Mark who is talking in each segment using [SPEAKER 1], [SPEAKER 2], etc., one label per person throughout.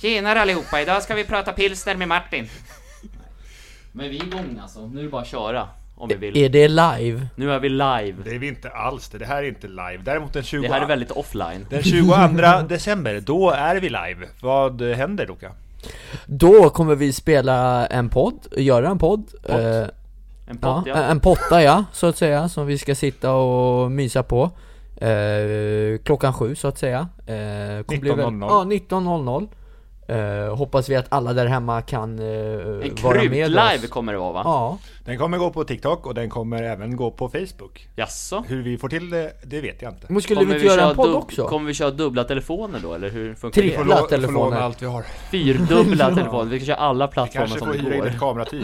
[SPEAKER 1] Tjenare allihopa, idag ska vi prata pilsner med Martin. Men vi är igång alltså, nu är det bara att köra. Om vi vill.
[SPEAKER 2] Är det live?
[SPEAKER 1] Nu är vi live.
[SPEAKER 3] Det är vi inte alls det, det här är inte live. Däremot den 20...
[SPEAKER 1] Det här är väldigt offline.
[SPEAKER 3] Den 22 december, då är vi live. Vad händer Luka?
[SPEAKER 2] Då kommer vi spela en podd, göra en podd eh,
[SPEAKER 1] En
[SPEAKER 2] ja, eh,
[SPEAKER 1] pott, ja.
[SPEAKER 2] En potta ja, så att säga, som vi ska sitta och mysa på eh, Klockan sju så att säga eh, kommer bli väl-
[SPEAKER 3] 19.00.
[SPEAKER 2] Ja, 19.00 eh, Hoppas vi att alla där hemma kan eh,
[SPEAKER 1] En
[SPEAKER 2] vara med
[SPEAKER 1] krut-live
[SPEAKER 2] oss
[SPEAKER 1] kommer det vara va?
[SPEAKER 2] Ja,
[SPEAKER 3] Den kommer gå på TikTok och den kommer även gå på Facebook.
[SPEAKER 1] Jaså?
[SPEAKER 3] Hur vi får till det, det vet jag inte.
[SPEAKER 2] men skulle vi inte göra en podd också?
[SPEAKER 1] Kommer vi köra dubbla telefoner då eller hur funkar
[SPEAKER 2] Tre.
[SPEAKER 1] det?
[SPEAKER 2] Jävla
[SPEAKER 3] lå-
[SPEAKER 2] telefoner.
[SPEAKER 3] låna allt vi har.
[SPEAKER 1] Fyrdubbla telefoner, vi ska köra alla plattformar
[SPEAKER 3] Kanske
[SPEAKER 1] som
[SPEAKER 3] får
[SPEAKER 1] det
[SPEAKER 3] hyra in
[SPEAKER 1] går.
[SPEAKER 3] ett kamerateam.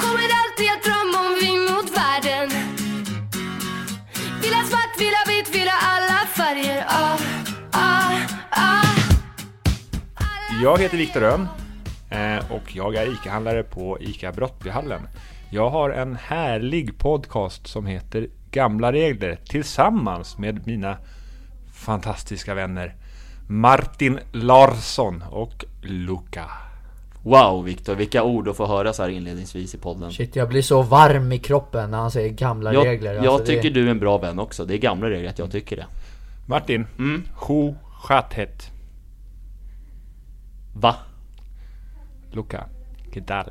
[SPEAKER 4] Kommer alltid att drömma om vi mot världen Vill ha svart, vill ha vitt, vill ha alla färger ah, ah, ah.
[SPEAKER 3] Jag heter Viktor Rönn eh, och jag är ICA-handlare på ICA Brottbyhallen. Jag har en härlig podcast som heter Gamla regler tillsammans med mina fantastiska vänner Martin Larsson och Luca.
[SPEAKER 1] Wow Viktor, vilka ord att få höra så här inledningsvis i podden.
[SPEAKER 2] Shit, jag blir så varm i kroppen när han säger gamla
[SPEAKER 1] Jag,
[SPEAKER 2] regler
[SPEAKER 1] jag
[SPEAKER 2] Alltså,
[SPEAKER 1] tycker
[SPEAKER 2] det... Mm.
[SPEAKER 1] du är en bra vän också, det är gamla regler att jag tycker det.
[SPEAKER 3] Martin,
[SPEAKER 1] Mm.
[SPEAKER 3] Sju Chathet,
[SPEAKER 1] Va?
[SPEAKER 3] Luca, ¿qué tal?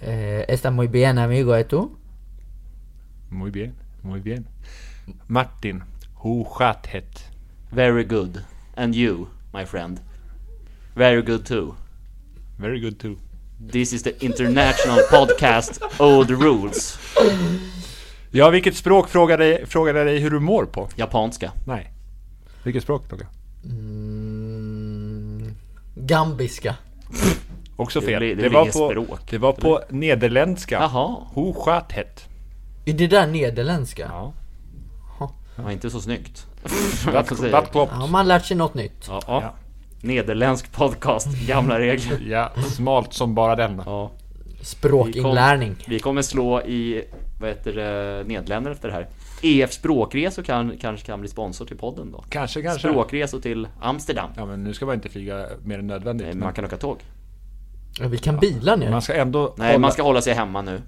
[SPEAKER 2] eh, Está muy bien amigo, ¿eh et tu?
[SPEAKER 3] Muy bien, muy bien. Martin, Sju Chathet.
[SPEAKER 1] Very good. And you, my friend. Very good too.
[SPEAKER 3] Very good too.
[SPEAKER 1] This is the international podcast Old Rules.
[SPEAKER 3] Ja, vilket språk frågade jag frågade dig hur du mår på?
[SPEAKER 1] Japanska.
[SPEAKER 3] Nej. Vilket språk, Luca?
[SPEAKER 2] Mm, gambiska
[SPEAKER 3] Också
[SPEAKER 1] Det
[SPEAKER 3] fel.
[SPEAKER 1] blir- det blir
[SPEAKER 3] var
[SPEAKER 1] inget
[SPEAKER 3] på,
[SPEAKER 1] språk.
[SPEAKER 3] det var på nederländska.
[SPEAKER 1] Jaha.
[SPEAKER 3] Hoschathet.
[SPEAKER 2] Är det där nederländska?
[SPEAKER 3] Ja.
[SPEAKER 1] Ja, inte så snyggt. Vad
[SPEAKER 3] Dat,
[SPEAKER 1] ska jag
[SPEAKER 3] dat
[SPEAKER 1] säga?
[SPEAKER 3] klopt.
[SPEAKER 2] Ja, man lärt sig något nytt.
[SPEAKER 1] Ja, ja. Nederländsk podcast, gamla regler.
[SPEAKER 3] Ja, smalt som bara den.
[SPEAKER 1] Ja.
[SPEAKER 2] Språkinlärning.
[SPEAKER 1] Vi kommer slå i, vad heter det, Nederländerna efter det här. EF Språkresor kan, kanske kan bli sponsor till podden då.
[SPEAKER 3] Kanske, kanske.
[SPEAKER 1] Språkresor till Amsterdam.
[SPEAKER 3] Ja, men nu ska man inte flyga mer än nödvändigt.
[SPEAKER 1] Nej, men man
[SPEAKER 3] man,
[SPEAKER 1] kan åka tåg.
[SPEAKER 2] Ja, vi kan bila nu.
[SPEAKER 3] man ska ändå
[SPEAKER 1] Nej, man ska hålla sig hemma nu.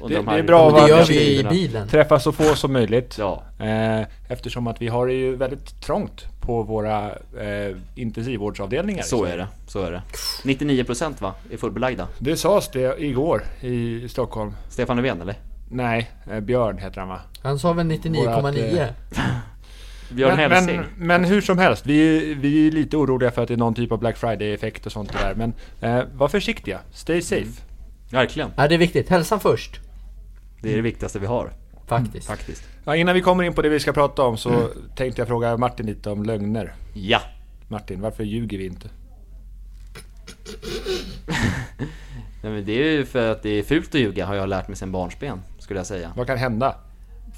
[SPEAKER 1] under
[SPEAKER 3] Det-
[SPEAKER 1] de här
[SPEAKER 3] det är bra
[SPEAKER 2] Och det
[SPEAKER 3] vad
[SPEAKER 2] gör
[SPEAKER 3] jag
[SPEAKER 2] vi i
[SPEAKER 1] tiderna.
[SPEAKER 2] bilen.
[SPEAKER 3] träffa så få som möjligt.
[SPEAKER 1] Ja.
[SPEAKER 3] Eh, eftersom att vi har det ju väldigt trångt på våra eh, intensivvårdsavdelningar.
[SPEAKER 1] Så är det, så är det. 99% va? Är fullbelagda.
[SPEAKER 3] Det sades det igår i Stockholm.
[SPEAKER 1] Stefan Löfven eller?
[SPEAKER 3] Nej, eh, Björn heter han va?
[SPEAKER 2] Han sa väl 99,9?
[SPEAKER 1] eh, Björn
[SPEAKER 3] men,
[SPEAKER 1] Hälsing?
[SPEAKER 3] men, men hur som helst, vi, vi är lite oroliga för att det är någon typ av Black Friday-effekt och sånt där. Men eh, var försiktiga, stay safe.
[SPEAKER 1] Mm. Verkligen.
[SPEAKER 2] Ja, det är viktigt. Hälsan först.
[SPEAKER 1] Det är det viktigaste vi har,
[SPEAKER 2] Faktiskt.
[SPEAKER 1] faktiskt.
[SPEAKER 3] Ja, innan vi kommer in på det vi ska prata om så tänkte jag fråga Martin lite om lögner.
[SPEAKER 1] Ja.
[SPEAKER 3] Martin, varför ljuger vi inte?
[SPEAKER 1] Nej, men det är ju för att det är fult att ljuga, har jag lärt mig sen barnsben, skulle jag säga.
[SPEAKER 3] Vad kan hända?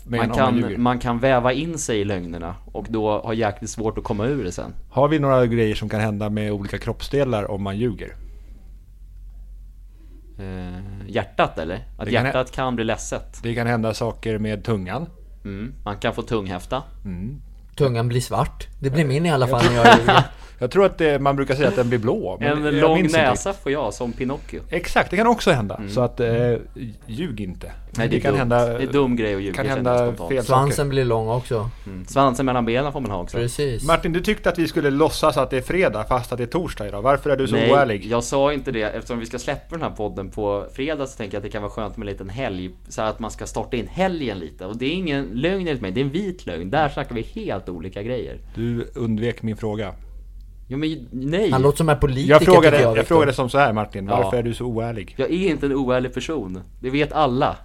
[SPEAKER 3] Med
[SPEAKER 1] Man
[SPEAKER 3] man man ljuger?
[SPEAKER 1] kan, man kan väva in sig i lögnerna och då har jäkligt svårt att komma ur det sen.
[SPEAKER 3] Har vi några grejer som kan hända med olika kroppsdelar om man ljuger?
[SPEAKER 1] Eh, hjärtat eller? Att
[SPEAKER 3] Det kan
[SPEAKER 1] hjärtat kan bli ledset.
[SPEAKER 3] Det kan hända saker med tungan.
[SPEAKER 1] Mm. Man kan få tunghäfta.
[SPEAKER 2] Tungan blir svart. Det blir min i alla fall när jag ljuger.
[SPEAKER 3] Jag tror att det, man brukar säga att den blir blå. men jag
[SPEAKER 1] En lång
[SPEAKER 3] minns inte
[SPEAKER 1] näsa får jag, som Pinocchio.
[SPEAKER 3] Exakt, det kan också hända. Så att, eh, ljug inte.
[SPEAKER 1] Nej, det, är
[SPEAKER 3] kan
[SPEAKER 1] dumt.
[SPEAKER 3] hända,
[SPEAKER 1] det är dum grej att ljuga
[SPEAKER 3] kan
[SPEAKER 1] känner
[SPEAKER 3] hända
[SPEAKER 1] jag spontant.
[SPEAKER 3] fel saker.
[SPEAKER 2] Svansen blir lång också.
[SPEAKER 1] Mm. Svansen mellan benen får man ha också.
[SPEAKER 2] Precis.
[SPEAKER 3] Martin, du tyckte att vi skulle låtsas att det är fredag fast att det är torsdag idag. Varför är du så oärlig?
[SPEAKER 1] jag sa inte det. Eftersom vi ska släppa den här podden på fredag så tänker jag att det kan vara skönt med en liten helg. Så att man ska starta in helgen lite. Och det är ingen lögn enligt mig, det är en vit lögn. Där snackar vi helt olika grejer.
[SPEAKER 3] Du undvek min fråga.
[SPEAKER 1] Jo men nej.
[SPEAKER 2] Han låter som en politiker
[SPEAKER 3] Jag frågade,
[SPEAKER 2] tycker
[SPEAKER 3] jag,
[SPEAKER 2] Viktor.
[SPEAKER 3] frågade som så här Martin,
[SPEAKER 1] Ja.
[SPEAKER 3] varför är du så oärlig?
[SPEAKER 1] Jag är inte en oärlig person. Det vet alla.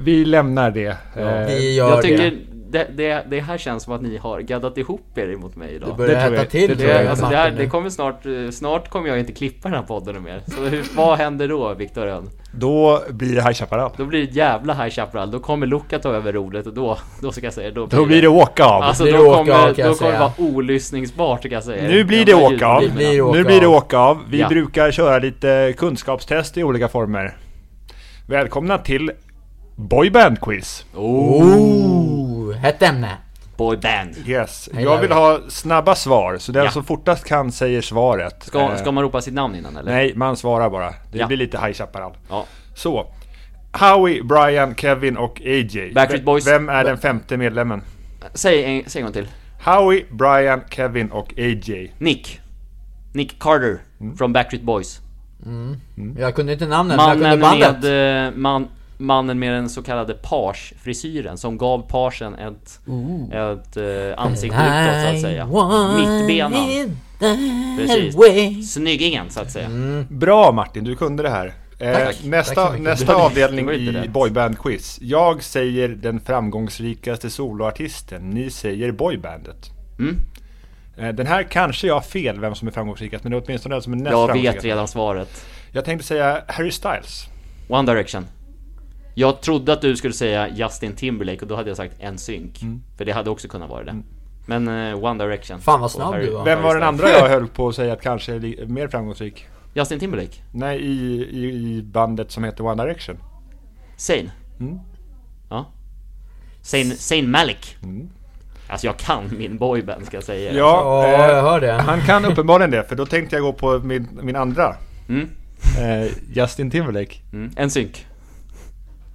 [SPEAKER 3] Vi lämnar det. Eh,
[SPEAKER 2] Vi gör
[SPEAKER 1] Jag
[SPEAKER 2] det.
[SPEAKER 1] tycker det, det, det här känns som att ni har gaddat ihop er emot mig
[SPEAKER 2] Det
[SPEAKER 1] idag.
[SPEAKER 2] börjar
[SPEAKER 3] det tror
[SPEAKER 2] äta
[SPEAKER 3] jag-
[SPEAKER 2] till.
[SPEAKER 3] det
[SPEAKER 1] Det, är-
[SPEAKER 2] Martin,
[SPEAKER 1] alltså, det, här,
[SPEAKER 2] nu.
[SPEAKER 1] det kommer snart, eh, snart kommer jag inte klippa den här podden mer. Så hur, vad händer då, Viktor Rönn?
[SPEAKER 3] Då blir det High Chaparral.
[SPEAKER 1] Då blir det ett jävla High Chaparral, då kommer Luca ta över rodret och då, då ska jag säga, då blir,
[SPEAKER 3] Då blir det åka av.
[SPEAKER 1] Alltså
[SPEAKER 2] blir
[SPEAKER 1] då
[SPEAKER 2] det åka
[SPEAKER 1] kommer,
[SPEAKER 2] av, kan
[SPEAKER 1] då
[SPEAKER 2] jag
[SPEAKER 1] kommer det
[SPEAKER 2] säga.
[SPEAKER 1] vara olyssningsbart kan jag säga.
[SPEAKER 3] nu blir
[SPEAKER 1] Jag
[SPEAKER 3] det
[SPEAKER 1] har
[SPEAKER 3] åka av.
[SPEAKER 1] ljudminnen.
[SPEAKER 2] Det blir åka
[SPEAKER 3] nu blir det
[SPEAKER 2] av.
[SPEAKER 3] åka av. Vi
[SPEAKER 1] Ja.
[SPEAKER 3] brukar köra lite kunskapstest i olika former. Välkomna till Boyband Quiz.
[SPEAKER 2] Oh, hett ämne.
[SPEAKER 1] Fatboy Band.
[SPEAKER 3] Yes.
[SPEAKER 2] Hej,
[SPEAKER 3] jag vill
[SPEAKER 2] Larry.
[SPEAKER 3] ha snabba svar, så den
[SPEAKER 1] Ja.
[SPEAKER 3] som fortast kan säger svaret.
[SPEAKER 1] Ska,
[SPEAKER 3] Eh,
[SPEAKER 1] ska man ropa sitt namn innan eller?
[SPEAKER 3] Nej, man svarar bara. Det
[SPEAKER 1] Ja.
[SPEAKER 3] blir lite High Chaparral.
[SPEAKER 1] Ja.
[SPEAKER 3] Så. Howie, Brian, Kevin och AJ.
[SPEAKER 1] Backstreet
[SPEAKER 3] Ve-
[SPEAKER 1] Boys.
[SPEAKER 3] Vem är den femte medlemmen?
[SPEAKER 1] Säg en, säg en gång till.
[SPEAKER 3] Howie, Brian, Kevin och AJ.
[SPEAKER 1] Nick. Nick Carter
[SPEAKER 2] Mm.
[SPEAKER 1] från Backstreet Boys.
[SPEAKER 2] Jag kunde inte namnet, men Alltså, jag
[SPEAKER 1] Mannen
[SPEAKER 2] kunde bandet.
[SPEAKER 1] med, eh, man, mannen med den så kallade page-frisyren som gav pagen ett, ett eh, ansikte utåt så att säga. Mittbenan. Precis. Snyggingen så att säga.
[SPEAKER 2] Mm.
[SPEAKER 3] Bra Martin, du kunde det här. Eh,
[SPEAKER 2] Tack.
[SPEAKER 3] nästa
[SPEAKER 2] Tack så mycket.
[SPEAKER 3] nästa avdelning
[SPEAKER 1] Det var inte
[SPEAKER 3] i
[SPEAKER 1] rätt.
[SPEAKER 3] boyband-quiz. Jag säger den framgångsrikaste soloartisten. Ni säger boybandet.
[SPEAKER 1] Mm.
[SPEAKER 3] Eh, Den här kanske jag har fel vem som är framgångsrikast, men det är åtminstone den som är näst
[SPEAKER 1] Jag vet
[SPEAKER 3] framgångsrikast.
[SPEAKER 1] redan svaret.
[SPEAKER 3] Jag tänkte säga Harry Styles.
[SPEAKER 1] One Direction. Jag trodde att du skulle säga Justin Timberlake och då hade jag sagt NSYNC. För det hade också kunnat vara det. Men eh, One Direction.
[SPEAKER 2] Fan, vad snabb
[SPEAKER 1] Och Harry-
[SPEAKER 2] du var.
[SPEAKER 1] Harry
[SPEAKER 3] Vem var den
[SPEAKER 1] Styles.
[SPEAKER 3] andra jag höll på att säga att kanske är li- mer framgångsrik?
[SPEAKER 1] Justin Timberlake.
[SPEAKER 3] Nej, i, i, i bandet som heter One Direction.
[SPEAKER 1] Zayn. Ja. Zayn, Zayn Malik. Alltså jag kan min boyband ska jag säga.
[SPEAKER 2] Ja,
[SPEAKER 3] eh,
[SPEAKER 2] jag hör det.
[SPEAKER 3] Han kan uppenbarligen det, för då tänkte jag gå på min, min andra. Eh, Justin Timberlake.
[SPEAKER 1] Mm. En synk.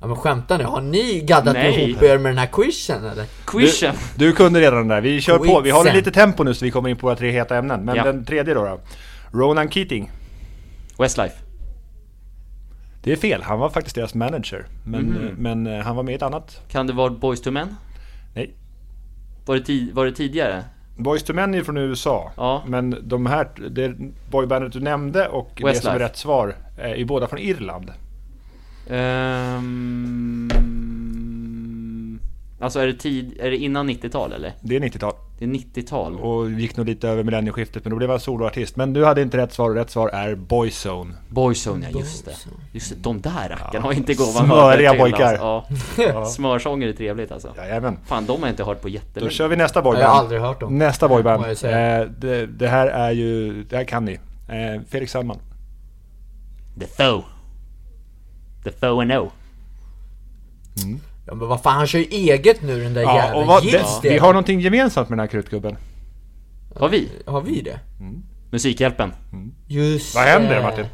[SPEAKER 2] Ja, men skämtar ni? Har ni gaddat
[SPEAKER 1] Nej.
[SPEAKER 2] ihop er med den här quizen eller?
[SPEAKER 1] Quishen.
[SPEAKER 3] Du kunde redan den där, vi kör på. Vi håller
[SPEAKER 2] Quizen.
[SPEAKER 3] lite tempo nu så vi kommer in på våra tre heta ämnen. Men
[SPEAKER 1] Ja.
[SPEAKER 3] den tredje då, då. Ronan Keating.
[SPEAKER 1] Westlife.
[SPEAKER 3] Det är fel, han var faktiskt deras manager. Men,
[SPEAKER 1] Mm-hmm.
[SPEAKER 3] eh, men eh, han var med i ett annat.
[SPEAKER 1] Kan det vara Boys to Men?
[SPEAKER 3] Nej.
[SPEAKER 1] Var det, ti- var det tidigare?
[SPEAKER 3] Boys to Men är från USA.
[SPEAKER 1] Ja.
[SPEAKER 3] Men de här, det boybandet du nämnde och det som
[SPEAKER 1] Westlife.
[SPEAKER 3] är rätt svar eh, är båda från Irland.
[SPEAKER 1] Ehm... Alltså är det, tid, är det innan 90-tal eller?
[SPEAKER 3] Det är 90-tal.
[SPEAKER 1] Det är 90-tal.
[SPEAKER 3] Och gick nog lite över millennieskiftet men då blev han soloartist. Men du hade inte rätt svar och rätt svar är Boyzone.
[SPEAKER 1] Boyzone ja, just det. Just det, de där rackarna har inte gåvan
[SPEAKER 3] Smöriga
[SPEAKER 1] till,
[SPEAKER 3] pojkar.
[SPEAKER 1] Alltså. Ja. Smörsånger är trevligt alltså.
[SPEAKER 3] Jajamän.
[SPEAKER 1] Fan, de har jag inte hört på
[SPEAKER 3] Då
[SPEAKER 1] jättelänge.
[SPEAKER 3] kör vi nästa
[SPEAKER 2] Jag
[SPEAKER 3] boyband.
[SPEAKER 2] har aldrig hört dem.
[SPEAKER 3] Nästa boyband.
[SPEAKER 2] Vad jag säger.
[SPEAKER 3] Eh, det, det här är ju, det här kan ni. Eh, Felix Sandman.
[SPEAKER 1] The Foe. The Foe and O.
[SPEAKER 2] Ja, men vad fan, han kör ju eget nu den där
[SPEAKER 3] Ja, och
[SPEAKER 2] jäveln.
[SPEAKER 3] vad, det,
[SPEAKER 2] Gills det?
[SPEAKER 3] vi har någonting gemensamt med den här krutgubben.
[SPEAKER 1] Har vi?
[SPEAKER 2] Har vi det?
[SPEAKER 1] Musikhjälpen.
[SPEAKER 2] Just
[SPEAKER 3] Vad händer
[SPEAKER 2] det.
[SPEAKER 3] Martin?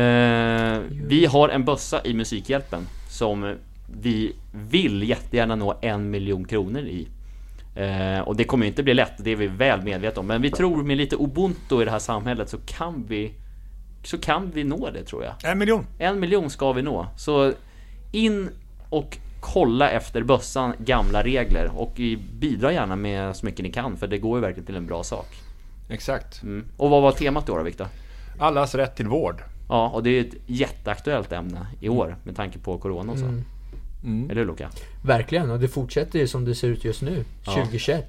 [SPEAKER 1] Eh, vi har en bössa i Musikhjälpen som vi vill jättegärna nå en miljon kronor i. Eh, och det kommer ju inte bli lätt, det är vi väl medvetna om. Men vi tror med lite ubuntu i det här samhället så kan vi, så kan vi nå det tror jag.
[SPEAKER 3] En miljon.
[SPEAKER 1] En miljon ska vi nå. Så in och kolla efter bössan gamla regler och bidra gärna med så mycket ni kan för det går ju verkligen till en bra sak.
[SPEAKER 3] Exakt.
[SPEAKER 1] Mm. Och vad var temat då, då Viktor?
[SPEAKER 3] Allas rätt till vård.
[SPEAKER 1] Ja, och det är ett jätteaktuellt ämne i år med tanke på corona och så. Eller hur Luca?
[SPEAKER 2] Verkligen, och det fortsätter ju som det ser ut just nu. 2021.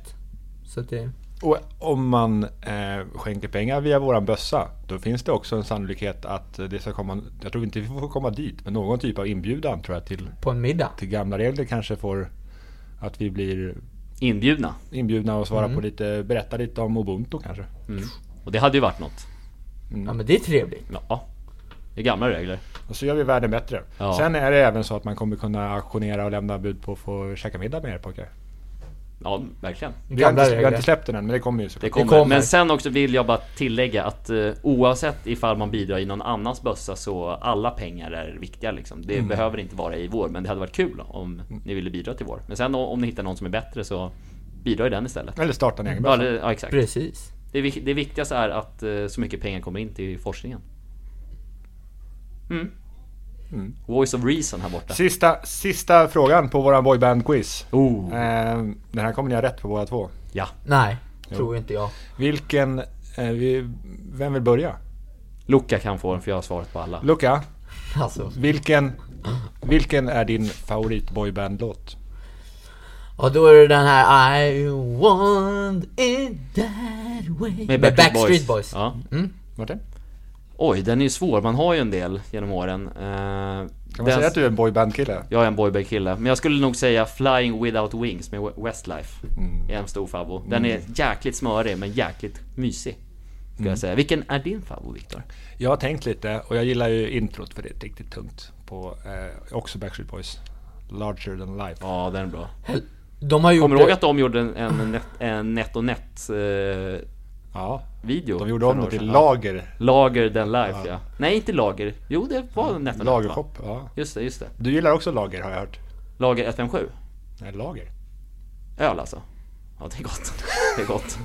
[SPEAKER 2] Så att det...
[SPEAKER 3] Och om man eh, skänker pengar via våran bössa, då finns det också en sannolikhet att det ska komma, jag tror inte vi får komma dit, men någon typ av inbjudan tror jag till,
[SPEAKER 2] På en middag.
[SPEAKER 3] till gamla regler kanske får att vi blir
[SPEAKER 1] Inbjudna.
[SPEAKER 3] inbjudna och svara på lite, berätta lite om Ubuntu kanske.
[SPEAKER 1] Och det hade ju varit något.
[SPEAKER 3] Mm.
[SPEAKER 2] Ja men det är trevligt.
[SPEAKER 1] Ja. Det är gamla regler.
[SPEAKER 3] Och så gör vi världen bättre.
[SPEAKER 1] Ja.
[SPEAKER 3] Sen är det även så att man kommer kunna auktionera och lämna bud på att få käka middag med er pojkar.
[SPEAKER 1] Ja, verkligen.
[SPEAKER 3] Vi har,
[SPEAKER 2] Gamla
[SPEAKER 3] inte, vi har
[SPEAKER 2] regler.
[SPEAKER 3] inte släppt den än, men det kommer ju
[SPEAKER 1] Det
[SPEAKER 3] såklart.
[SPEAKER 1] kommer.
[SPEAKER 2] kommer.
[SPEAKER 1] Men sen också vill jag bara tillägga att eh, oavsett ifall man bidrar i någon annans bössa så alla pengar är viktiga liksom. Det behöver inte vara i vår, men det hade varit kul om ni ville bidra till vår. Men sen o- om ni hittar någon som är bättre så bidra i den istället.
[SPEAKER 3] Eller starta en egen
[SPEAKER 1] Ja,
[SPEAKER 3] bössa.
[SPEAKER 1] det, ja exakt.
[SPEAKER 2] Precis.
[SPEAKER 1] Det, vik- det viktigaste är att eh, så mycket pengar kommer in till forskningen. Mm. Voice of reason här borta.
[SPEAKER 3] Sista, sista frågan på våran boyband-quiz.
[SPEAKER 1] Oh.
[SPEAKER 3] Eh, den här kommer ni ha rätt på båda två.
[SPEAKER 1] Ja.
[SPEAKER 2] Nej, tror inte jag.
[SPEAKER 3] Vilken... Eh, vi, vem vill börja?
[SPEAKER 1] Luca kan få den för jag har svaret på alla.
[SPEAKER 3] Luca,
[SPEAKER 2] Alltså.
[SPEAKER 3] vilken, vilken är din favorit boyband-låt?
[SPEAKER 2] Och då är det den här I want it that way. Med Backstreet Boys.
[SPEAKER 1] Ja.
[SPEAKER 3] Martin?
[SPEAKER 1] Oj, den är ju svår. Man har ju en del genom åren. Eh, kan
[SPEAKER 3] Kan man säga att du är en boyband-kille?
[SPEAKER 1] Jag är en boyband-kille, men jag skulle nog säga Flying Without Wings med Westlife. Är en stor favvo. Den är jäkligt smörig, men jäkligt mysig. Ska jag säga. Vilken är din favvo, Viktor?
[SPEAKER 3] Jag har tänkt lite och jag gillar ju introt för det är ett riktigt tungt. På eh, också Backstreet Boys. Larger than life.
[SPEAKER 1] Ja, den är bra.
[SPEAKER 2] De har gjort
[SPEAKER 1] Kommer du ihåg
[SPEAKER 2] det.
[SPEAKER 1] att de gjorde en, en, net, en net och net eh,
[SPEAKER 3] Ja,
[SPEAKER 1] video?
[SPEAKER 3] de gjorde
[SPEAKER 1] för
[SPEAKER 3] om
[SPEAKER 1] några
[SPEAKER 3] det till
[SPEAKER 1] år sedan?
[SPEAKER 3] lager.
[SPEAKER 1] Lager than life ja.
[SPEAKER 3] Ja.
[SPEAKER 1] Nej inte lager. Jo det var net och net va?
[SPEAKER 3] Lagershop. Ja.
[SPEAKER 1] Just det, just det.
[SPEAKER 3] Du gillar också lager har jag hört.
[SPEAKER 1] Lager 157.
[SPEAKER 3] Nej, lager.
[SPEAKER 1] Öl alltså. Ja det är gott. Det är gott.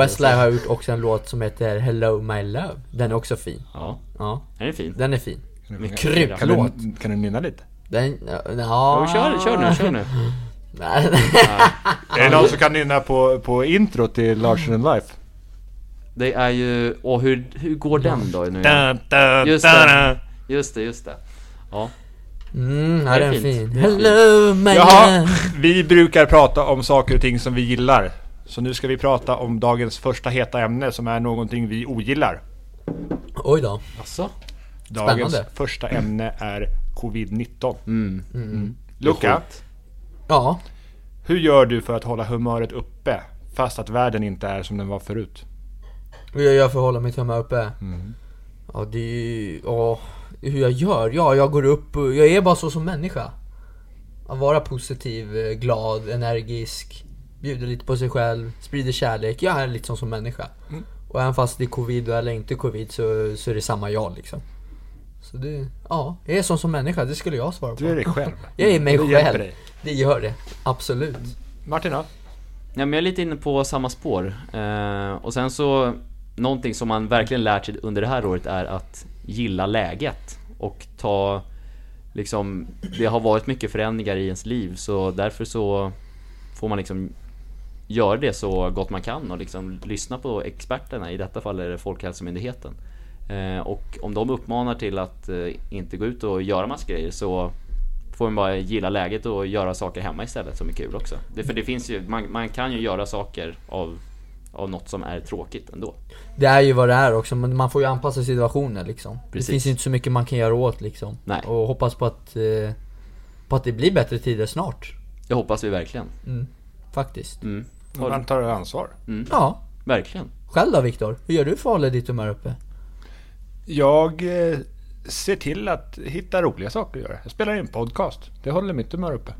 [SPEAKER 2] Westlife har gjort också en låt som heter Hello My Love. Den är också fin.
[SPEAKER 1] Ja,
[SPEAKER 2] Ja,
[SPEAKER 1] den är fin.
[SPEAKER 2] den är fin.
[SPEAKER 3] Kan du,
[SPEAKER 2] Kryp-
[SPEAKER 3] kan
[SPEAKER 2] låt.
[SPEAKER 3] du, kan du nynna lite?
[SPEAKER 2] Den, ja...
[SPEAKER 1] Ja, kör, kör nu, kör nu.
[SPEAKER 3] Är det någon som kan nynna på, på intro till Larsen and Life?
[SPEAKER 1] Det är ju... Och hur, hur går den då nu? Just
[SPEAKER 3] Just
[SPEAKER 1] det. Just det, just det. Ja.
[SPEAKER 2] Mm, ja
[SPEAKER 1] Det är
[SPEAKER 2] den är
[SPEAKER 1] fint.
[SPEAKER 2] fin. Hello My
[SPEAKER 3] Jaha,
[SPEAKER 2] Love.
[SPEAKER 3] vi brukar prata om saker och ting som vi gillar. Så nu ska vi prata om dagens första heta ämne som är någonting vi ogillar.
[SPEAKER 2] Oj då.
[SPEAKER 1] Alltså.
[SPEAKER 3] Dagens
[SPEAKER 2] Spännande.
[SPEAKER 3] första ämne är Covid-19. Mm. Luca,
[SPEAKER 2] Ja.
[SPEAKER 3] hur gör du för att hålla humöret uppe fast att världen inte är som den var förut?
[SPEAKER 2] Hur jag gör för att hålla mitt humör uppe?
[SPEAKER 3] Mm.
[SPEAKER 2] Ja, det är ju... Ja, hur jag gör? Ja, jag går upp och... Jag är bara så som människa. Att vara positiv, eh, glad, energisk, bjuder lite på sig själv, sprider kärlek. Jag är lite sån som människa.
[SPEAKER 3] Mm.
[SPEAKER 2] Och även fast det är covid eller inte covid så, så är det samma jag liksom. Så det... Ja, jag är sån som människa. Det skulle jag svara på.
[SPEAKER 3] Du är dig själv.
[SPEAKER 2] Jag är mig
[SPEAKER 3] Det hjälper
[SPEAKER 2] själv.
[SPEAKER 3] dig.
[SPEAKER 2] Det gör det. Absolut.
[SPEAKER 3] Martina?
[SPEAKER 1] Ja, men jag är lite inne på samma spår. Eh, och sen så, någonting som man verkligen lärt sig under det här året är att gilla läget. Och ta, liksom, det har varit mycket förändringar i ens liv så därför så får man liksom göra det så gott man kan och liksom lyssna på experterna. I detta fall är det Folkhälsomyndigheten. Eh, och om de uppmanar till att eh, inte gå ut och göra massa grejer så får man bara gilla läget och göra saker hemma istället som är kul också. Det, för det finns ju, man, man kan ju göra saker av, av något som är tråkigt ändå.
[SPEAKER 2] Det är ju vad det är också, men man får ju anpassa situationen liksom.
[SPEAKER 1] Precis.
[SPEAKER 2] Det finns ju inte så mycket man kan göra åt liksom.
[SPEAKER 1] Nej.
[SPEAKER 2] Och hoppas på att, eh, på att det blir bättre tider snart.
[SPEAKER 1] Det hoppas vi verkligen.
[SPEAKER 2] Faktiskt.
[SPEAKER 1] Mm. Har du-
[SPEAKER 3] Man tar ansvar.
[SPEAKER 2] Ja.
[SPEAKER 1] Verkligen.
[SPEAKER 2] Själv då Viktor? Hur gör du för att hålla ditt humör uppe?
[SPEAKER 3] Jag eh, ser till att hitta roliga saker att göra. Jag spelar in podcast. Det håller mitt humör uppe.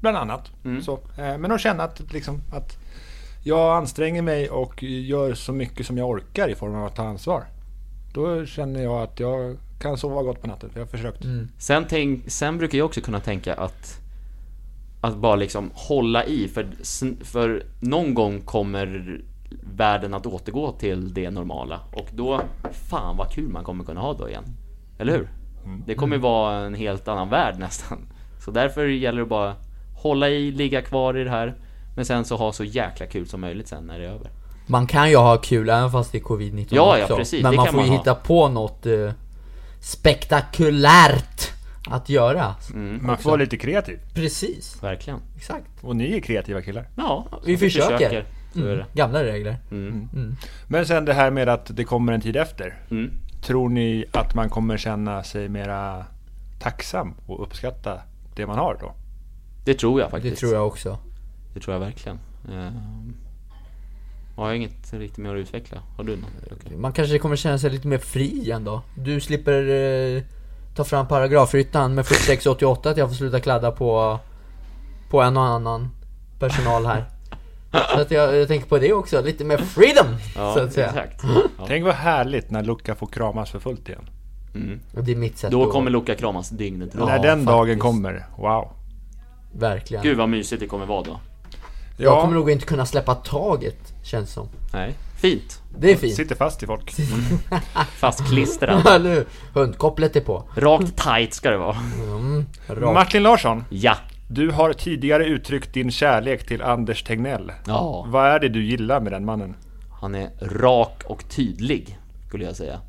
[SPEAKER 3] Bland annat. Så, eh, men att känna att, liksom, att jag anstränger mig och gör så mycket som jag orkar i form av att ta ansvar. Då känner jag att jag kan sova gott på natten. för Jag har försökt.
[SPEAKER 1] Sen, tänk, sen brukar jag också kunna tänka att att bara liksom hålla i för, sn- för någon gång kommer världen att återgå till det normala och då fan vad kul man kommer kunna ha då igen. Eller hur?
[SPEAKER 2] Mm.
[SPEAKER 1] Det kommer ju vara en helt annan värld nästan. Så därför gäller det bara hålla i, ligga kvar i det här men sen så ha så jäkla kul som möjligt sen när det är över.
[SPEAKER 2] Man kan ju ha kul även fast det är covid-19
[SPEAKER 1] Ja, ja,
[SPEAKER 2] också.
[SPEAKER 1] precis.
[SPEAKER 2] Men
[SPEAKER 1] Det
[SPEAKER 2] man
[SPEAKER 1] kan
[SPEAKER 2] får ju
[SPEAKER 1] man ha.
[SPEAKER 2] hitta på något eh, spektakulärt att göra.
[SPEAKER 1] Mm.
[SPEAKER 3] Man får Mm. vara lite kreativ.
[SPEAKER 2] Precis.
[SPEAKER 1] Verkligen.
[SPEAKER 2] Exakt.
[SPEAKER 3] Och ni är kreativa killar.
[SPEAKER 1] Ja,
[SPEAKER 2] vi
[SPEAKER 1] så
[SPEAKER 2] försöker. Mm.
[SPEAKER 1] Så är det.
[SPEAKER 2] Gamla regler.
[SPEAKER 1] Mm.
[SPEAKER 3] Men sen det här med att det kommer en tid efter.
[SPEAKER 1] Mm.
[SPEAKER 3] Tror ni att man kommer känna sig mera tacksam och uppskatta det man har då?
[SPEAKER 1] Det tror jag
[SPEAKER 2] Det
[SPEAKER 1] faktiskt.
[SPEAKER 2] tror jag också.
[SPEAKER 1] Det tror jag verkligen. Ehm, jag har inget riktigt mer att utveckla. Har du något? Luca?
[SPEAKER 2] Man kanske kommer känna sig lite mer fri ändå. Du slipper eh, ta fram paragrafryttan med 4688 att jag får sluta kladda på, på en och annan personal här. Så att jag, jag tänker på det också, lite mer freedom! så att säga.
[SPEAKER 1] exakt. Ja.
[SPEAKER 3] Tänk vad härligt när Luca får kramas för fullt igen.
[SPEAKER 2] Och det är mitt sätt
[SPEAKER 1] Då
[SPEAKER 2] att-
[SPEAKER 1] kommer Luca kramas dygnet runt.
[SPEAKER 3] när den
[SPEAKER 2] faktiskt.
[SPEAKER 3] dagen kommer, wow.
[SPEAKER 2] Verkligen.
[SPEAKER 1] Gud vad mysigt det kommer vara då.
[SPEAKER 2] Jag
[SPEAKER 3] Ja.
[SPEAKER 2] kommer nog inte kunna släppa taget, känns som.
[SPEAKER 1] Nej. Fint.
[SPEAKER 2] Det är fint.
[SPEAKER 3] Sitter fast i folk.
[SPEAKER 1] Fastklistrad.
[SPEAKER 2] Eller hur? Hundkopplet är på.
[SPEAKER 1] Rakt tight ska det vara.
[SPEAKER 2] Rakt.
[SPEAKER 3] Martin Larsson,
[SPEAKER 1] Ja.
[SPEAKER 3] du har tidigare uttryckt din kärlek till Anders Tegnell.
[SPEAKER 1] Ja.
[SPEAKER 3] Vad är det du gillar med den mannen?
[SPEAKER 1] Han är rak och tydlig. Skulle jag säga.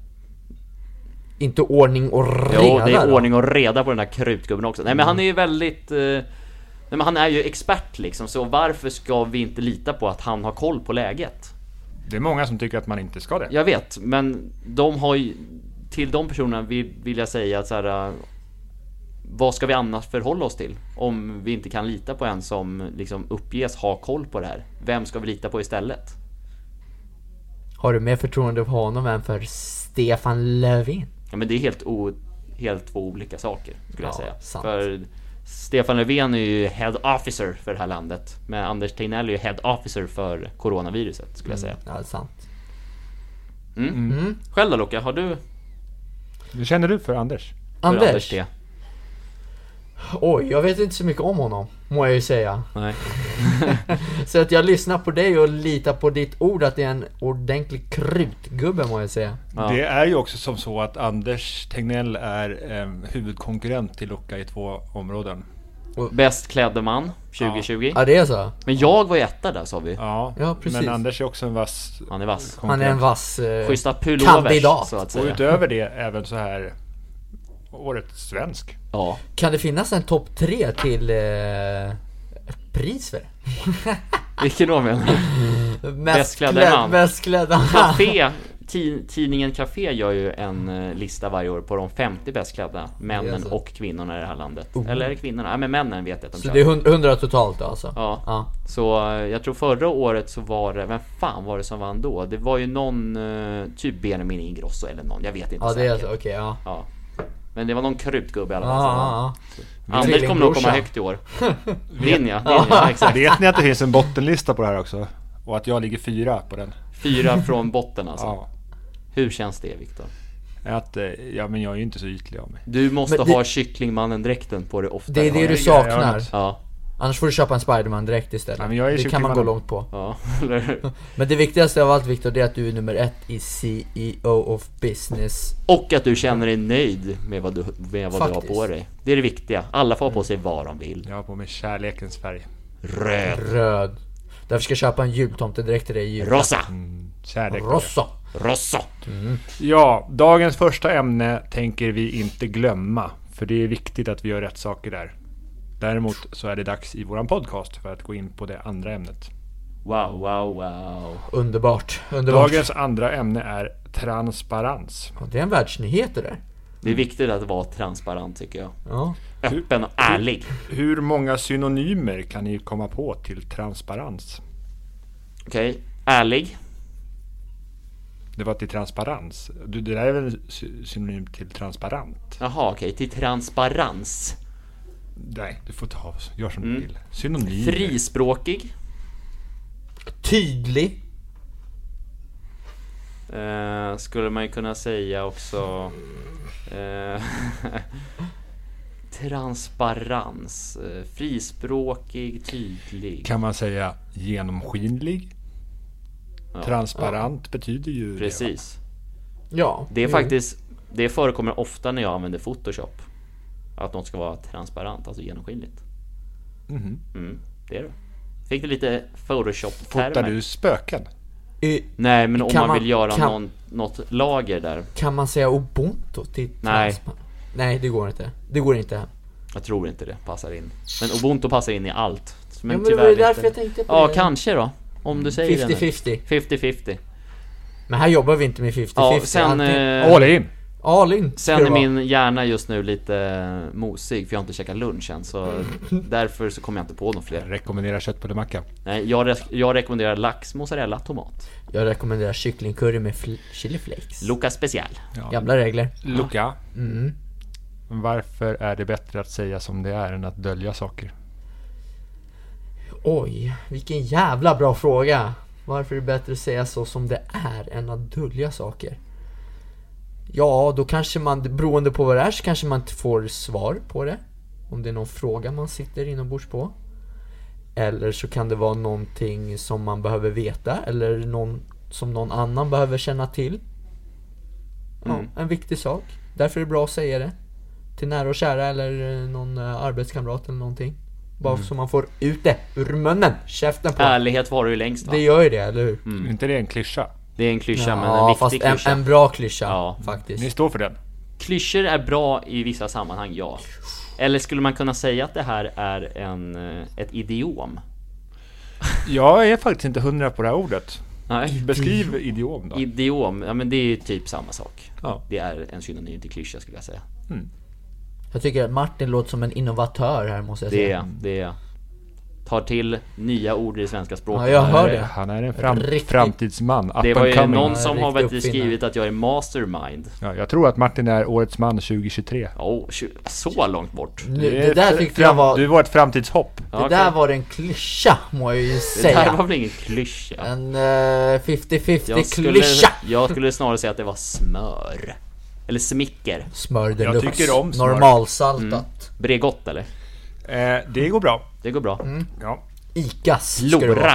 [SPEAKER 2] Inte ordning och reda
[SPEAKER 1] Jo, det är
[SPEAKER 2] då.
[SPEAKER 1] ordning och reda på den här krutgubben också. Nej men han är ju väldigt... eh, Nej men han är ju expert liksom, så varför ska vi inte lita på att han har koll på läget?
[SPEAKER 3] Det är många som tycker att man inte ska det.
[SPEAKER 1] Jag vet, men de har ju... Till de personerna vill, vill jag säga att så här, äh, Vad ska vi annars förhålla oss till? Om vi inte kan lita på en som liksom uppges ha koll på det här. Vem ska vi lita på istället?
[SPEAKER 2] Har du mer förtroende för honom än för Stefan Löfven?
[SPEAKER 1] Ja men det är helt, o, helt två olika saker skulle jag
[SPEAKER 2] Ja,
[SPEAKER 1] säga.
[SPEAKER 2] sant.
[SPEAKER 1] För Stefan Löfven är ju Head Officer för det här landet. Men Anders Tegnell är ju Head Officer för coronaviruset skulle jag säga.
[SPEAKER 2] Ja, det är sant.
[SPEAKER 1] Mm.
[SPEAKER 2] Mm.
[SPEAKER 1] Själv då Loke, har du
[SPEAKER 3] Hur känner du för Anders?
[SPEAKER 1] För
[SPEAKER 2] Anders?
[SPEAKER 1] Anders T?
[SPEAKER 2] Oj, jag vet inte så mycket om honom, må jag ju säga.
[SPEAKER 1] Nej.
[SPEAKER 2] Så att jag lyssnar på dig och litar på ditt ord att det är en ordentlig krutgubbe må jag säga.
[SPEAKER 1] Ja.
[SPEAKER 3] Det är ju också som så att Anders Tegnell är eh, huvudkonkurrent till Luca i två områden.
[SPEAKER 1] Bäst klädde man 2020.
[SPEAKER 2] Ja det är så?
[SPEAKER 1] Men jag var ju etta där sa vi.
[SPEAKER 3] Ja,
[SPEAKER 2] Ja, precis.
[SPEAKER 3] men Anders är också en vass
[SPEAKER 1] Han är vass.
[SPEAKER 2] Han är en
[SPEAKER 3] konkurrent.
[SPEAKER 2] vass... Eh,
[SPEAKER 1] Schyssta pullovers
[SPEAKER 2] Kandidat.
[SPEAKER 1] så att
[SPEAKER 3] Och
[SPEAKER 1] säga.
[SPEAKER 3] utöver det även så här årets svensk.
[SPEAKER 1] Ja.
[SPEAKER 2] Kan det finnas en topp tre till eh, pris för det?
[SPEAKER 1] Vilken då menar du? Bäst klädda
[SPEAKER 2] klä-
[SPEAKER 1] man.
[SPEAKER 2] Bäst klädda man.
[SPEAKER 1] Café, ti- tidningen Café gör ju en eh, lista varje år på de 50 bäst klädda männen
[SPEAKER 2] Jaså.
[SPEAKER 1] och kvinnorna i det här landet. Eller är det kvinnorna? Nej men männen vet jag att de
[SPEAKER 2] Oh. Så
[SPEAKER 1] kör.
[SPEAKER 2] det är hund- 100 totalt alltså?
[SPEAKER 1] Ja.
[SPEAKER 2] ja.
[SPEAKER 1] Så eh, jag tror förra året så var det, vem fan var det som vann då? Det var ju någon, eh, typ Benjamin Ingrosso eller någon, jag vet inte
[SPEAKER 2] Ja det är
[SPEAKER 1] säkert. alltså,
[SPEAKER 2] så, Ah, okej ja.
[SPEAKER 1] Ja. Men det var någon krutgubbe i alla
[SPEAKER 2] Ja,
[SPEAKER 1] fall som vann.
[SPEAKER 2] ja, ah.
[SPEAKER 1] Anders kommer nog komma
[SPEAKER 2] Tvillingbrorsa.
[SPEAKER 1] högt i år. Vinner jag? Vinner jag? Exakt.
[SPEAKER 3] Vet ni att det finns en bottenlista på det här också? Och att jag ligger fyra på den.
[SPEAKER 1] Fyra från botten alltså.
[SPEAKER 3] Ja.
[SPEAKER 1] Hur känns det Viktor?
[SPEAKER 3] Att, eh, ja men jag är ju inte så ytlig av mig.
[SPEAKER 1] Du måste
[SPEAKER 2] Men det-
[SPEAKER 1] ha Kycklingmannen-dräkten på dig
[SPEAKER 2] ja.
[SPEAKER 1] oftare.
[SPEAKER 2] Det är det
[SPEAKER 1] har
[SPEAKER 2] du
[SPEAKER 1] jag-
[SPEAKER 3] jag
[SPEAKER 2] saknar.
[SPEAKER 3] något?
[SPEAKER 1] Ja,
[SPEAKER 2] Annars får du köpa en Spiderman direkt istället.
[SPEAKER 3] Ja, men jag är
[SPEAKER 2] det kan man gå
[SPEAKER 3] Superman.
[SPEAKER 2] långt på.
[SPEAKER 1] ja, eller hur?
[SPEAKER 2] Men det viktigaste av allt Viktor, det är att du är nummer ett i CEO of Business.
[SPEAKER 1] Och att du känner dig nöjd med vad du, med vad du har
[SPEAKER 2] Faktiskt.
[SPEAKER 1] på dig. Det är det viktiga. Alla får ha på sig vad de vill.
[SPEAKER 3] Jag har på mig kärlekens färg.
[SPEAKER 1] Röd,
[SPEAKER 2] Röd. Därför ska jag köpa en jultomte direkt till dig i jul.
[SPEAKER 1] rosa,
[SPEAKER 3] Kärlek.
[SPEAKER 2] Rosso.
[SPEAKER 1] rossa.
[SPEAKER 3] Ja, dagens första ämne tänker vi inte glömma. För det är viktigt att vi gör rätt saker där. Däremot så är det dags i våran podcast för att gå in på det andra ämnet.
[SPEAKER 1] Wow, wow, wow.
[SPEAKER 2] Underbart. Underbart.
[SPEAKER 3] Dagens andra ämne är transparens.
[SPEAKER 2] Ja, Det är en världsnyhet det där.
[SPEAKER 1] Det är viktigt att vara transparent tycker jag.
[SPEAKER 2] Ja.
[SPEAKER 1] Öppen och ärlig.
[SPEAKER 3] Hur många synonymer kan ni komma på till transparens?
[SPEAKER 1] Okej, ärlig.
[SPEAKER 3] Det var till transparens. Du, det där är väl sy- synonym till transparent?
[SPEAKER 1] Jaha, okej. Till transparens.
[SPEAKER 3] Nej, Mm. du får ta, gör som du vill. Synonymer.
[SPEAKER 1] Frispråkig.
[SPEAKER 2] Tydlig.
[SPEAKER 1] Eh, skulle man ju kunna säga också. Eh, transparens. Eh, frispråkig, tydlig.
[SPEAKER 3] kan man säga genomskinlig.
[SPEAKER 1] Ja.
[SPEAKER 3] Transparent betyder ju det, va?
[SPEAKER 1] Precis.
[SPEAKER 2] Ja.
[SPEAKER 1] Det är
[SPEAKER 2] Mm.
[SPEAKER 1] faktiskt, det förekommer ofta när jag använder Photoshop. Att något ska vara transparent, alltså genomskinligt.
[SPEAKER 2] Mhm.
[SPEAKER 1] Mm, det är det. Fick du lite
[SPEAKER 3] Fotar
[SPEAKER 1] Photoshop-termer?
[SPEAKER 3] du spöken?
[SPEAKER 2] I-
[SPEAKER 1] Nej, men om
[SPEAKER 2] Kan
[SPEAKER 1] man,
[SPEAKER 2] man-
[SPEAKER 1] vill göra
[SPEAKER 2] kan-
[SPEAKER 1] någon, något lager där.
[SPEAKER 2] Kan man säga ubuntu till
[SPEAKER 1] Nej.
[SPEAKER 2] transpa- Nej, det går inte. Det går inte.
[SPEAKER 1] Jag tror inte det passar in. Men Ubuntu passar in i allt. Men,
[SPEAKER 2] Ja, men det var
[SPEAKER 1] tyvärr
[SPEAKER 2] ju därför
[SPEAKER 1] inte.
[SPEAKER 2] jag tänkte på
[SPEAKER 1] Ja,
[SPEAKER 2] det.
[SPEAKER 1] kanske då. Om du säger det nu.
[SPEAKER 2] 50-50.
[SPEAKER 1] 50-50.
[SPEAKER 2] Men här jobbar vi inte med 50-50.
[SPEAKER 1] Ja, sen,
[SPEAKER 2] Antingen-
[SPEAKER 1] eh,
[SPEAKER 3] All in!
[SPEAKER 2] All in ska
[SPEAKER 1] sen
[SPEAKER 2] det
[SPEAKER 1] är
[SPEAKER 2] vara.
[SPEAKER 1] min hjärna just nu lite eh, mosig för jag har inte käkat lunch än så därför så kommer jag inte på något fler.
[SPEAKER 3] Rekommenderar köttbullemacka.
[SPEAKER 1] Nej, jag, re- jag rekommenderar lax, mozzarella, tomat.
[SPEAKER 2] Jag rekommenderar kycklingcurry med fl- chiliflakes.
[SPEAKER 1] Loka special.
[SPEAKER 2] Gamla regler.
[SPEAKER 3] Luca. Varför är det bättre att säga som det är än att dölja saker?
[SPEAKER 2] Oj, vilken jävla bra fråga. Varför är det bättre att säga så som det är än att dölja saker? Ja, då kanske man, beroende på vad det är, så kanske man inte får svar på det. Om det är någon fråga man sitter inombords på. Eller så kan det vara någonting som man behöver veta eller någon som någon annan behöver känna till. Ja, En viktig sak. Därför är det bra att säga det. Till nära och kära eller eh, någon eh, arbetskamrat eller någonting. Bara så man får ut det ur munnen, käften på.
[SPEAKER 1] Ärlighet varar ju längst va?
[SPEAKER 2] Det gör ju det, eller hur?
[SPEAKER 3] Är inte det en klyscha?
[SPEAKER 1] Det är en klyscha Mm. men en
[SPEAKER 2] ja, fast
[SPEAKER 1] viktig
[SPEAKER 2] en,
[SPEAKER 1] klyscha.
[SPEAKER 2] en bra klyscha
[SPEAKER 1] Ja.
[SPEAKER 3] Ni
[SPEAKER 2] faktiskt.
[SPEAKER 3] står för den?
[SPEAKER 1] Klyschor är bra i vissa sammanhang, ja. Eller skulle man kunna säga att det här är en, eh, ett idiom?
[SPEAKER 3] Jag är faktiskt inte hundra på det här ordet.
[SPEAKER 1] Nej.
[SPEAKER 3] Beskriv idiom då.
[SPEAKER 1] Idiom, ja men det är ju typ samma sak.
[SPEAKER 3] Ja.
[SPEAKER 1] Det är en synonym till klyscha skulle jag säga.
[SPEAKER 2] Jag tycker att Martin låter som en innovatör här måste jag
[SPEAKER 1] Det
[SPEAKER 2] säga.
[SPEAKER 1] är, det är. tar till nya ord i det svenska språket.
[SPEAKER 2] Ja, jag hör det.
[SPEAKER 3] Han är en fram,
[SPEAKER 2] Riktigt.
[SPEAKER 3] framtidsman. Up
[SPEAKER 1] Det var
[SPEAKER 3] and
[SPEAKER 1] ju
[SPEAKER 3] coming.
[SPEAKER 1] någon som
[SPEAKER 2] Riktig
[SPEAKER 1] har varit
[SPEAKER 2] uppfinnare.
[SPEAKER 1] skrivit att jag är mastermind.
[SPEAKER 3] Ja, jag tror att Martin är årets man 2023.
[SPEAKER 1] Åh, tju- så långt bort.
[SPEAKER 2] Nu,
[SPEAKER 3] Du är
[SPEAKER 2] det där
[SPEAKER 3] ett
[SPEAKER 2] tyckte
[SPEAKER 3] fram-
[SPEAKER 2] jag var...
[SPEAKER 3] Du var ett framtidshopp.
[SPEAKER 1] Ja,
[SPEAKER 2] det
[SPEAKER 1] okej.
[SPEAKER 2] där var en klyscha, må jag ju
[SPEAKER 1] det där var
[SPEAKER 2] säga.
[SPEAKER 1] väl ingen klyscha?
[SPEAKER 2] En eh, 50-50
[SPEAKER 1] Jag skulle,
[SPEAKER 2] klyscha!
[SPEAKER 1] jag skulle snarare säga att det var smör. Eller smicker.
[SPEAKER 2] Smördeluxe.
[SPEAKER 3] Jag tycker om smör.
[SPEAKER 2] Normalsaltat.
[SPEAKER 1] Bregott eller?
[SPEAKER 3] Eh, det går bra.
[SPEAKER 1] Det går bra.
[SPEAKER 3] Ja.
[SPEAKER 2] Icas Mm, ska det vara.
[SPEAKER 1] Lora.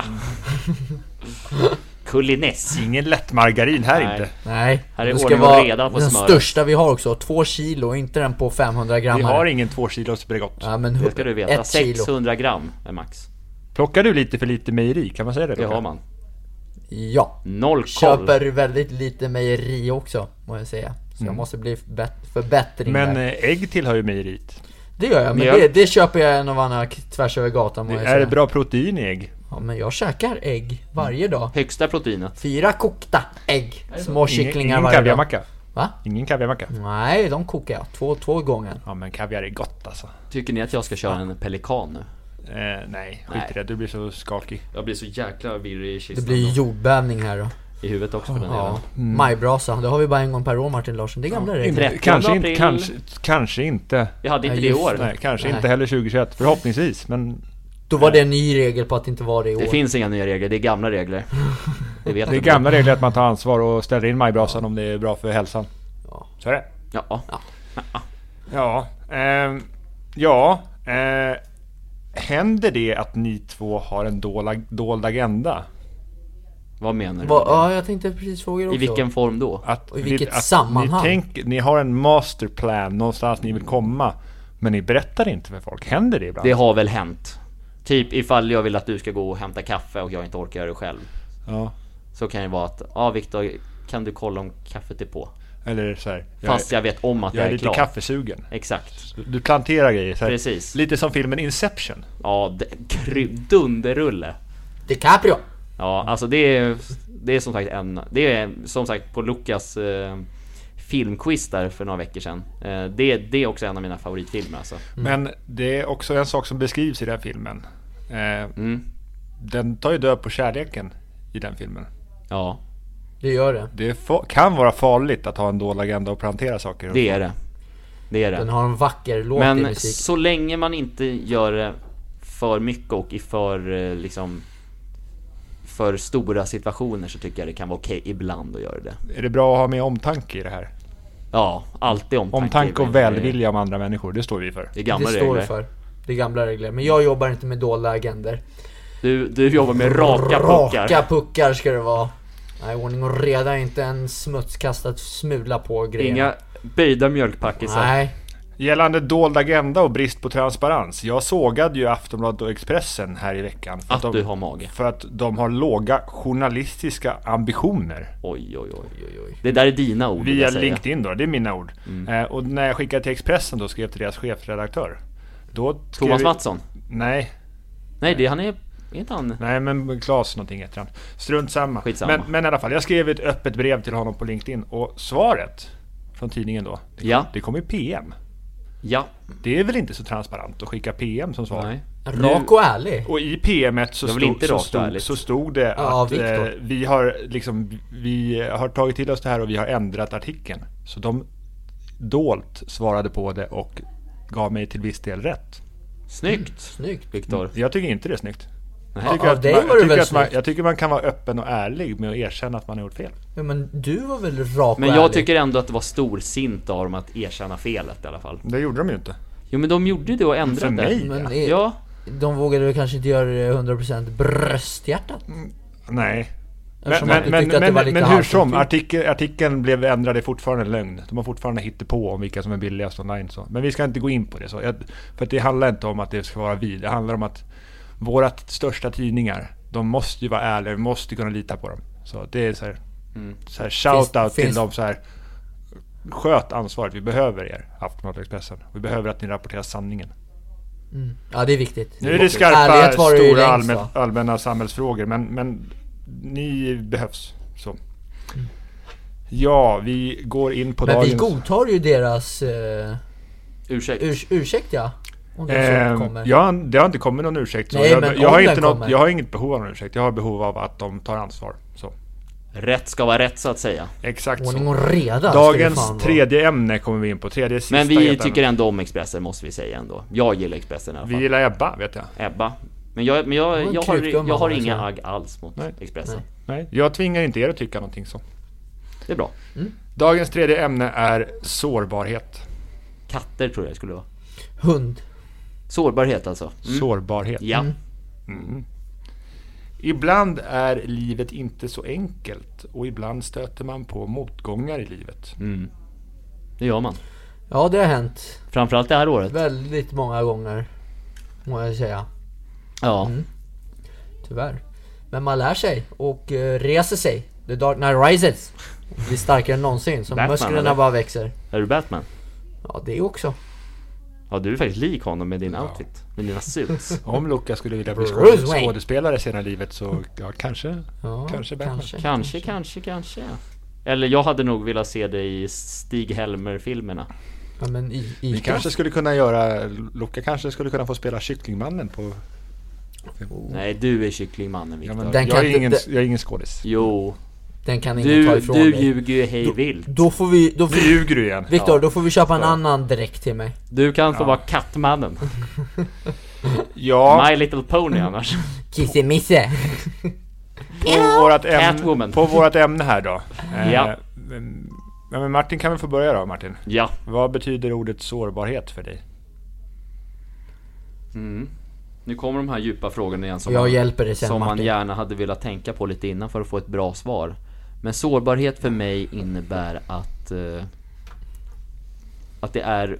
[SPEAKER 1] Kuliness.
[SPEAKER 3] Ingen lätt margarin här
[SPEAKER 1] Nej.
[SPEAKER 3] inte.
[SPEAKER 2] Nej,
[SPEAKER 1] Här är
[SPEAKER 2] det ska
[SPEAKER 1] ordning och
[SPEAKER 2] vara
[SPEAKER 1] reda på
[SPEAKER 2] den
[SPEAKER 1] smöret.
[SPEAKER 2] största vi har också. Två kilo, inte den på 500 gram.
[SPEAKER 3] Vi har ingen två kilos Bregott.
[SPEAKER 2] Ja men
[SPEAKER 1] Det ska du veta.
[SPEAKER 2] ett kilo.
[SPEAKER 1] 600 gram är max.
[SPEAKER 3] Plockar du lite för lite mejeri? Kan man säga det?
[SPEAKER 1] Det har man.
[SPEAKER 2] Ja.
[SPEAKER 1] Noll koll.
[SPEAKER 2] Köper väldigt lite mejeri också, må jag säga. Så
[SPEAKER 1] Mm.
[SPEAKER 2] jag måste bli förbätt- förbättring
[SPEAKER 3] Men
[SPEAKER 2] där.
[SPEAKER 3] eh, ägg tillhör ju mejeriet.
[SPEAKER 2] Det gör jag, men
[SPEAKER 1] mjöl-
[SPEAKER 2] det, det köper jag en av annan k- tvärs över gatan må
[SPEAKER 3] Det
[SPEAKER 2] jag
[SPEAKER 3] är
[SPEAKER 2] säga.
[SPEAKER 3] bra protein i ägg.
[SPEAKER 2] Ja men jag käkar ägg varje dag.
[SPEAKER 1] Högsta proteinet.
[SPEAKER 2] Fyra kokta ägg. Små
[SPEAKER 3] Ingen,
[SPEAKER 2] kycklingar
[SPEAKER 3] ingen
[SPEAKER 2] varje dag.
[SPEAKER 3] kaviarmacka.
[SPEAKER 2] Va?
[SPEAKER 3] Ingen kaviarmacka.
[SPEAKER 2] Nej, de kokar jag. Två, två gånger.
[SPEAKER 3] Ja men kaviar är gott alltså.
[SPEAKER 1] Tycker ni att jag ska köra en pelikan nu?
[SPEAKER 3] Eh, nej, skit
[SPEAKER 1] Nej.
[SPEAKER 3] i det. Du blir så skakig.
[SPEAKER 1] Jag blir så jäkla virrig i
[SPEAKER 2] Det
[SPEAKER 1] kistan.
[SPEAKER 2] blir ju jordbävning här då.
[SPEAKER 1] I huvudet också för den
[SPEAKER 2] Ja.
[SPEAKER 1] delen.
[SPEAKER 2] Majbrasa, det har vi bara en gång per år Martin Larsson. Det är gamla regler.
[SPEAKER 1] Trettonde
[SPEAKER 3] Kanske inte,
[SPEAKER 1] april.
[SPEAKER 3] kanske, kanske inte.
[SPEAKER 1] Vi hade inte
[SPEAKER 2] Nej,
[SPEAKER 1] det i
[SPEAKER 2] just
[SPEAKER 1] år.
[SPEAKER 3] Nej, kanske
[SPEAKER 2] Nej.
[SPEAKER 3] inte heller 2021. Förhoppningsvis. Men
[SPEAKER 2] Då var det en ny regel på att inte vara det i år.
[SPEAKER 1] Det finns inga nya regler, det är gamla regler. Det vet
[SPEAKER 3] det är
[SPEAKER 1] jag.
[SPEAKER 3] gamla regler att man tar ansvar och ställer in majbrasan om det är bra för hälsan.
[SPEAKER 2] Ja.
[SPEAKER 3] Så är det.
[SPEAKER 1] Ja.
[SPEAKER 3] Ja. ehm, ja. Eh, händer det att ni två har en dold, dold agenda?
[SPEAKER 1] Vad menar du?
[SPEAKER 2] Va, ja, jag tänkte precis fråga er också.
[SPEAKER 1] I vilken form då?
[SPEAKER 3] Att,
[SPEAKER 2] Och i vilket
[SPEAKER 3] att
[SPEAKER 2] sammanhang?
[SPEAKER 3] Ni, tänk, ni har en masterplan någonstans ni vill komma. Men ni berättar inte för folk. Händer det ibland?
[SPEAKER 1] Det har väl hänt. Typ ifall jag vill att du ska gå och hämta kaffe och jag inte orkar göra det själv.
[SPEAKER 3] Ja.
[SPEAKER 1] Så kan det vara att, ja Viktor, kan du kolla om kaffet är på?
[SPEAKER 3] Eller så här. Jag,
[SPEAKER 1] Fast jag vet om att
[SPEAKER 3] jag
[SPEAKER 1] jag
[SPEAKER 3] är
[SPEAKER 1] är
[SPEAKER 3] lite
[SPEAKER 1] klar.
[SPEAKER 3] kaffesugen.
[SPEAKER 1] Exakt.
[SPEAKER 3] Du- Du planterar grejer. Så här,
[SPEAKER 1] Precis.
[SPEAKER 3] Lite som filmen Inception.
[SPEAKER 1] Ja, det- kry- dunderrulle.
[SPEAKER 2] DiCaprio!
[SPEAKER 1] Ja, alltså det är, det är som sagt en... Det är som sagt på Lukas eh, filmquiz där för några veckor sedan. Eh, det, det är också en av mina favoritfilmer alltså.
[SPEAKER 3] Men det är också en sak som beskrivs i den här filmen. Eh,
[SPEAKER 1] Mm.
[SPEAKER 3] Den tar ju död på kärleken i den filmen.
[SPEAKER 1] Ja,
[SPEAKER 2] Det gör det.
[SPEAKER 3] Det är fa- kan vara farligt att ha en dold agenda och plantera saker.
[SPEAKER 1] det är det. Det är
[SPEAKER 2] Den
[SPEAKER 1] det.
[SPEAKER 2] har en vacker låt i
[SPEAKER 1] Men
[SPEAKER 2] musik.
[SPEAKER 1] så länge man inte gör det för mycket och i för eh, liksom... För stora situationer så tycker jag det kan vara okej ibland att göra det.
[SPEAKER 3] Är det bra att ha med omtanke i det här?
[SPEAKER 1] Ja, alltid omtanke.
[SPEAKER 3] Omtanke och
[SPEAKER 1] Det är-
[SPEAKER 3] välvilja om andra människor, det står vi för.
[SPEAKER 1] Det är gamla
[SPEAKER 2] det står det
[SPEAKER 1] regler.
[SPEAKER 2] för. Det är gamla regler. Men jag jobbar inte med dolda agender.
[SPEAKER 1] Du, du jobbar med raka puckar.
[SPEAKER 2] Raka puckar ska det vara. Nej, ordning och reda. Inte en smutskastad smula på grejerna.
[SPEAKER 1] Inga böjda mjölkpackisar.
[SPEAKER 2] Nej.
[SPEAKER 3] Gällande dold agenda och brist på transparens. Jag sågade ju Aftonbladet och Expressen här i veckan. För
[SPEAKER 1] Att du har mage.
[SPEAKER 3] För att de har låga journalistiska ambitioner.
[SPEAKER 1] Oj, oj, oj.
[SPEAKER 2] Oj, oj.
[SPEAKER 1] Det där är dina ord vill
[SPEAKER 3] Via
[SPEAKER 1] jag säga. Mm.
[SPEAKER 3] LinkedIn då, det är mina ord. Eh, och när jag skickade till Expressen då skrev till deras chefredaktör. Då skrev
[SPEAKER 1] Thomas
[SPEAKER 3] vi-
[SPEAKER 1] Mattsson?
[SPEAKER 3] Nej,
[SPEAKER 1] Nej, det han är... Är inte han...
[SPEAKER 3] nej men Claes någonting heter han. Strunt samma.
[SPEAKER 1] Skitsamma.
[SPEAKER 3] Men, men i alla fall, jag skrev ett öppet brev till honom på LinkedIn och svaret från tidningen då, det,
[SPEAKER 1] Ja.
[SPEAKER 3] det kom i PM.
[SPEAKER 1] Ja.
[SPEAKER 3] Det är väl inte så transparent att skicka PM som svar?
[SPEAKER 1] Nej.
[SPEAKER 2] Rak och ärlig.
[SPEAKER 3] Och i PMet så,
[SPEAKER 1] Det var väl
[SPEAKER 3] stod,
[SPEAKER 1] inte
[SPEAKER 3] så,
[SPEAKER 1] rakt
[SPEAKER 3] stod,
[SPEAKER 1] ärligt.
[SPEAKER 3] så stod det
[SPEAKER 2] Ja,
[SPEAKER 3] att eh,
[SPEAKER 2] Viktor.
[SPEAKER 3] vi, har liksom, vi har tagit till oss det här och vi har ändrat artikeln. Så de dolt svarade på det och gav mig till viss del rätt.
[SPEAKER 1] Snyggt!
[SPEAKER 2] Snyggt.
[SPEAKER 1] Viktor.
[SPEAKER 3] Jag tycker inte det är snyggt. Jag
[SPEAKER 1] Nej.
[SPEAKER 3] tycker,
[SPEAKER 2] Ja,
[SPEAKER 3] att
[SPEAKER 2] dig
[SPEAKER 3] man,
[SPEAKER 2] var det
[SPEAKER 3] jag, tycker
[SPEAKER 2] väl
[SPEAKER 3] att man,
[SPEAKER 2] snyggt.
[SPEAKER 3] jag tycker man kan vara öppen och ärlig med att erkänna att man har gjort fel.
[SPEAKER 2] Ja, men du var väl rak
[SPEAKER 1] Men
[SPEAKER 2] och
[SPEAKER 1] jag
[SPEAKER 2] ärlig?
[SPEAKER 1] tycker ändå att det var storsint av dem att erkänna felet i alla fall.
[SPEAKER 3] Det gjorde de ju inte.
[SPEAKER 1] Jo men de gjorde ju det och ändrade.
[SPEAKER 3] För mig?
[SPEAKER 2] Men
[SPEAKER 1] Ja.
[SPEAKER 2] det-
[SPEAKER 1] Ja.
[SPEAKER 2] De vågade väl kanske inte göra det 100% brösthjärtat?
[SPEAKER 3] Nej. Men,
[SPEAKER 2] Eftersom att
[SPEAKER 3] men,
[SPEAKER 2] du
[SPEAKER 3] men,
[SPEAKER 2] tyckte att det var
[SPEAKER 3] men,
[SPEAKER 2] lite typ.
[SPEAKER 3] men hur
[SPEAKER 2] halvt.
[SPEAKER 3] som, artikel, artikeln blev ändrad, det är fortfarande lögn. De har fortfarande hittat på om vilka som är billigast online. Så. Men vi ska inte gå in på det. Så. Jag, för att det handlar inte om att det ska vara vi. Det handlar om att våra t- största tidningar, de måste ju vara ärliga, vi måste kunna lita på dem. Så det är så här, så här shout-out
[SPEAKER 2] Mm. Finns-
[SPEAKER 3] till
[SPEAKER 2] finns-
[SPEAKER 3] dem så här. Sköt ansvaret, vi behöver er, Aftonbladet och Expressen. Vi behöver att ni rapporterar sanningen.
[SPEAKER 2] Ja, det är viktigt.
[SPEAKER 3] Nu är det skarpa,
[SPEAKER 2] Ärlighet var det ju
[SPEAKER 3] stora
[SPEAKER 2] längst,
[SPEAKER 3] allmän,
[SPEAKER 2] va?
[SPEAKER 3] allmänna samhällsfrågor, men, men ni behövs.
[SPEAKER 2] Mm.
[SPEAKER 3] Så. Ja, vi går in på
[SPEAKER 2] Men vi
[SPEAKER 3] dagens...
[SPEAKER 2] godtar ju deras eh,
[SPEAKER 1] Ursäkta.
[SPEAKER 2] urs- ursäkt ja. Om det
[SPEAKER 3] Eh,
[SPEAKER 2] så kommer.
[SPEAKER 3] jag, har- det har inte kommit någon ursäkt. Så
[SPEAKER 2] Nej, men
[SPEAKER 3] jag,
[SPEAKER 2] om
[SPEAKER 3] jag, har
[SPEAKER 2] den
[SPEAKER 3] inte något,
[SPEAKER 2] kommer.
[SPEAKER 3] jag har inget behov av någon ursäkt. Jag har behov av att de tar ansvar. Så.
[SPEAKER 1] Rätt ska vara rätt så att säga.
[SPEAKER 3] Exakt
[SPEAKER 2] Ordning
[SPEAKER 3] så.
[SPEAKER 2] och reda ska det fan
[SPEAKER 3] Dagens
[SPEAKER 2] vara.
[SPEAKER 3] tredje ämne kommer vi in på. Tredje sista
[SPEAKER 1] Men vi
[SPEAKER 3] helt
[SPEAKER 1] tycker
[SPEAKER 3] ämne.
[SPEAKER 1] ändå om Expressen måste vi säga ändå. Jag gillar Expressen i alla
[SPEAKER 3] Vi
[SPEAKER 1] fall.
[SPEAKER 3] gillar Ebba, vet jag.
[SPEAKER 1] Ebba. Men jag, men jag,
[SPEAKER 2] var en
[SPEAKER 1] jag, har,
[SPEAKER 2] krutgumma
[SPEAKER 1] jag har
[SPEAKER 2] bara,
[SPEAKER 1] inga
[SPEAKER 2] så.
[SPEAKER 1] agg alls mot
[SPEAKER 3] Nej.
[SPEAKER 1] Expressen.
[SPEAKER 2] Nej.
[SPEAKER 3] Nej, jag tvingar inte er att tycka någonting så.
[SPEAKER 1] Det är bra.
[SPEAKER 3] Dagens tredje ämne är sårbarhet.
[SPEAKER 1] Katter tror jag det skulle vara.
[SPEAKER 2] Hund.
[SPEAKER 1] Sårbarhet alltså. Mm.
[SPEAKER 3] Sårbarhet.
[SPEAKER 1] Ja.
[SPEAKER 3] Ibland är livet inte så enkelt och ibland stöter man på motgångar i livet.
[SPEAKER 2] Mm.
[SPEAKER 1] det gör man.
[SPEAKER 2] Ja, det har hänt.
[SPEAKER 1] Framförallt det här året.
[SPEAKER 2] Väldigt många gånger. Må jag säga.
[SPEAKER 1] Ja.
[SPEAKER 2] Tyvärr. Men man lär sig och eh, reser sig. The Dark Knight Rises. Och blir starkare än någonsin. Så
[SPEAKER 1] Batman,
[SPEAKER 2] musklerna
[SPEAKER 1] eller?
[SPEAKER 2] bara växer.
[SPEAKER 1] Är du Batman?
[SPEAKER 2] Ja, det också.
[SPEAKER 1] Ja, du är faktiskt lik honom med din outfit. Med dina suits.
[SPEAKER 3] Om Luca skulle vilja bli
[SPEAKER 2] Bruce
[SPEAKER 3] skåd-
[SPEAKER 2] Wayne.
[SPEAKER 3] skådespelare senare i livet så ja, kanske,
[SPEAKER 2] Ja,
[SPEAKER 3] kanske Batman.
[SPEAKER 1] kanske, kanske, kanske. Eller jag hade nog velat se dig i Stig-Helmer-filmerna.
[SPEAKER 2] Ja, men i,
[SPEAKER 3] Vi
[SPEAKER 2] i
[SPEAKER 3] kanske skulle kunna göra, Luca kanske skulle kunna få spela Kycklingmannen på...
[SPEAKER 1] Nej, du är kycklingmannen
[SPEAKER 3] Ja,
[SPEAKER 1] Viktor.
[SPEAKER 3] men,
[SPEAKER 2] Den
[SPEAKER 3] jag,
[SPEAKER 2] kan
[SPEAKER 3] är
[SPEAKER 2] inte-
[SPEAKER 3] ingen,
[SPEAKER 2] den-
[SPEAKER 3] jag är ingen skådis.
[SPEAKER 1] Jo.
[SPEAKER 2] Den kan ingen ta
[SPEAKER 1] Du,
[SPEAKER 2] ifrån
[SPEAKER 1] du
[SPEAKER 2] dig.
[SPEAKER 1] ljuger ju hej vilt.
[SPEAKER 2] Då får vi... Då får,
[SPEAKER 3] Nu ljuger du igen.
[SPEAKER 2] Viktor, då får vi köpa en annan dräkt till mig.
[SPEAKER 1] Du kan få
[SPEAKER 3] Ja.
[SPEAKER 1] vara Kattmannen.
[SPEAKER 3] Ja,
[SPEAKER 1] My Little Pony annars.
[SPEAKER 2] Kissemisse!
[SPEAKER 3] på vårat, ämne,
[SPEAKER 1] Catwoman.
[SPEAKER 3] på vårat ämne här då. Eh,
[SPEAKER 1] Ja.
[SPEAKER 3] men- ja, men Martin kan väl få börja då, Martin?
[SPEAKER 1] Ja.
[SPEAKER 3] Vad betyder ordet sårbarhet för dig?
[SPEAKER 1] Nu kommer de här djupa frågorna igen som,
[SPEAKER 2] Jag
[SPEAKER 1] man,
[SPEAKER 2] hjälper dig sen
[SPEAKER 1] som man
[SPEAKER 2] Martin.
[SPEAKER 1] gärna hade velat tänka på lite innan för att få ett bra svar. Men sårbarhet för mig innebär att eh, att det är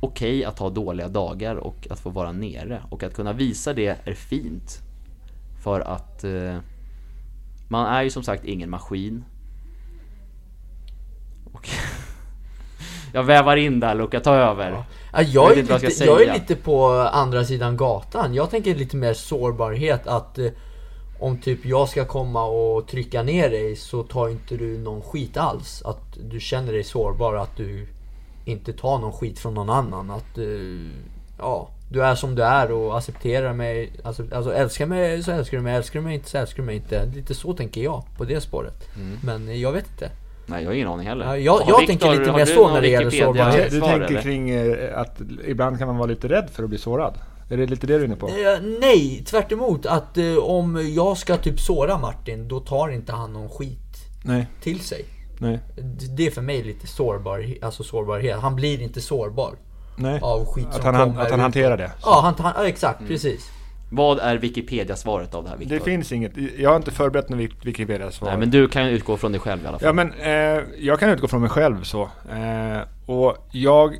[SPEAKER 1] okej att ha dåliga dagar och att få vara nere. Och att kunna visa det är fint. För att eh, man är ju som sagt ingen maskin. Och jag vävar in där Luca, ta över.
[SPEAKER 2] Ja,
[SPEAKER 1] Jag
[SPEAKER 2] jag,
[SPEAKER 1] vet
[SPEAKER 2] är
[SPEAKER 1] inte vad jag
[SPEAKER 2] lite,
[SPEAKER 1] ska
[SPEAKER 2] jag är
[SPEAKER 1] säga.
[SPEAKER 2] lite på andra sidan gatan. Jag tänker lite mer sårbarhet att eh, om typ jag ska komma och trycka ner dig så tar inte du någon skit alls. Att du känner dig sårbar, att du inte tar någon skit från någon annan. Att eh, ja, du är som du är och accepterar mig. Alltså, alltså älskar mig så älskar du mig, älskar du mig inte så älskar du mig inte. Lite så tänker jag på det spåret. Men eh, jag vet inte.
[SPEAKER 1] Nej, jag har ingen aning heller.
[SPEAKER 2] Ja, jag-
[SPEAKER 1] Har
[SPEAKER 2] jag tänker lite
[SPEAKER 1] har
[SPEAKER 2] mer
[SPEAKER 1] du
[SPEAKER 2] så
[SPEAKER 1] någon
[SPEAKER 2] när det gäller
[SPEAKER 1] Wikipedia-svar,
[SPEAKER 2] sårbarhet.
[SPEAKER 3] Du, du
[SPEAKER 1] eller?
[SPEAKER 3] tänker kring eh, att ibland kan man vara lite rädd för att bli sårad. Är det lite det du är inne på?
[SPEAKER 2] Eh, nej, tvärt emot att eh, om jag ska typ såra Martin, då tar inte han någon skit
[SPEAKER 3] Nej,
[SPEAKER 2] till sig.
[SPEAKER 3] nej,
[SPEAKER 2] D- Det är för mig lite sårbar, alltså sårbarhet. Han blir inte sårbar
[SPEAKER 3] nej.
[SPEAKER 2] av skit
[SPEAKER 3] Att
[SPEAKER 2] som
[SPEAKER 3] han, han,
[SPEAKER 2] kommer.
[SPEAKER 3] att han hanterar det.
[SPEAKER 2] Ja, han, han, ja, exakt, precis.
[SPEAKER 1] Vad är Wikipedia-svaret av det här Viktor?
[SPEAKER 3] Det finns inget. Jag har inte förberett något Wik- Wikipedia-svar.
[SPEAKER 1] Nej men du kan ju utgå från dig själv i alla fall.
[SPEAKER 3] Ja, men eh, jag kan utgå från mig själv så. Eh, och jag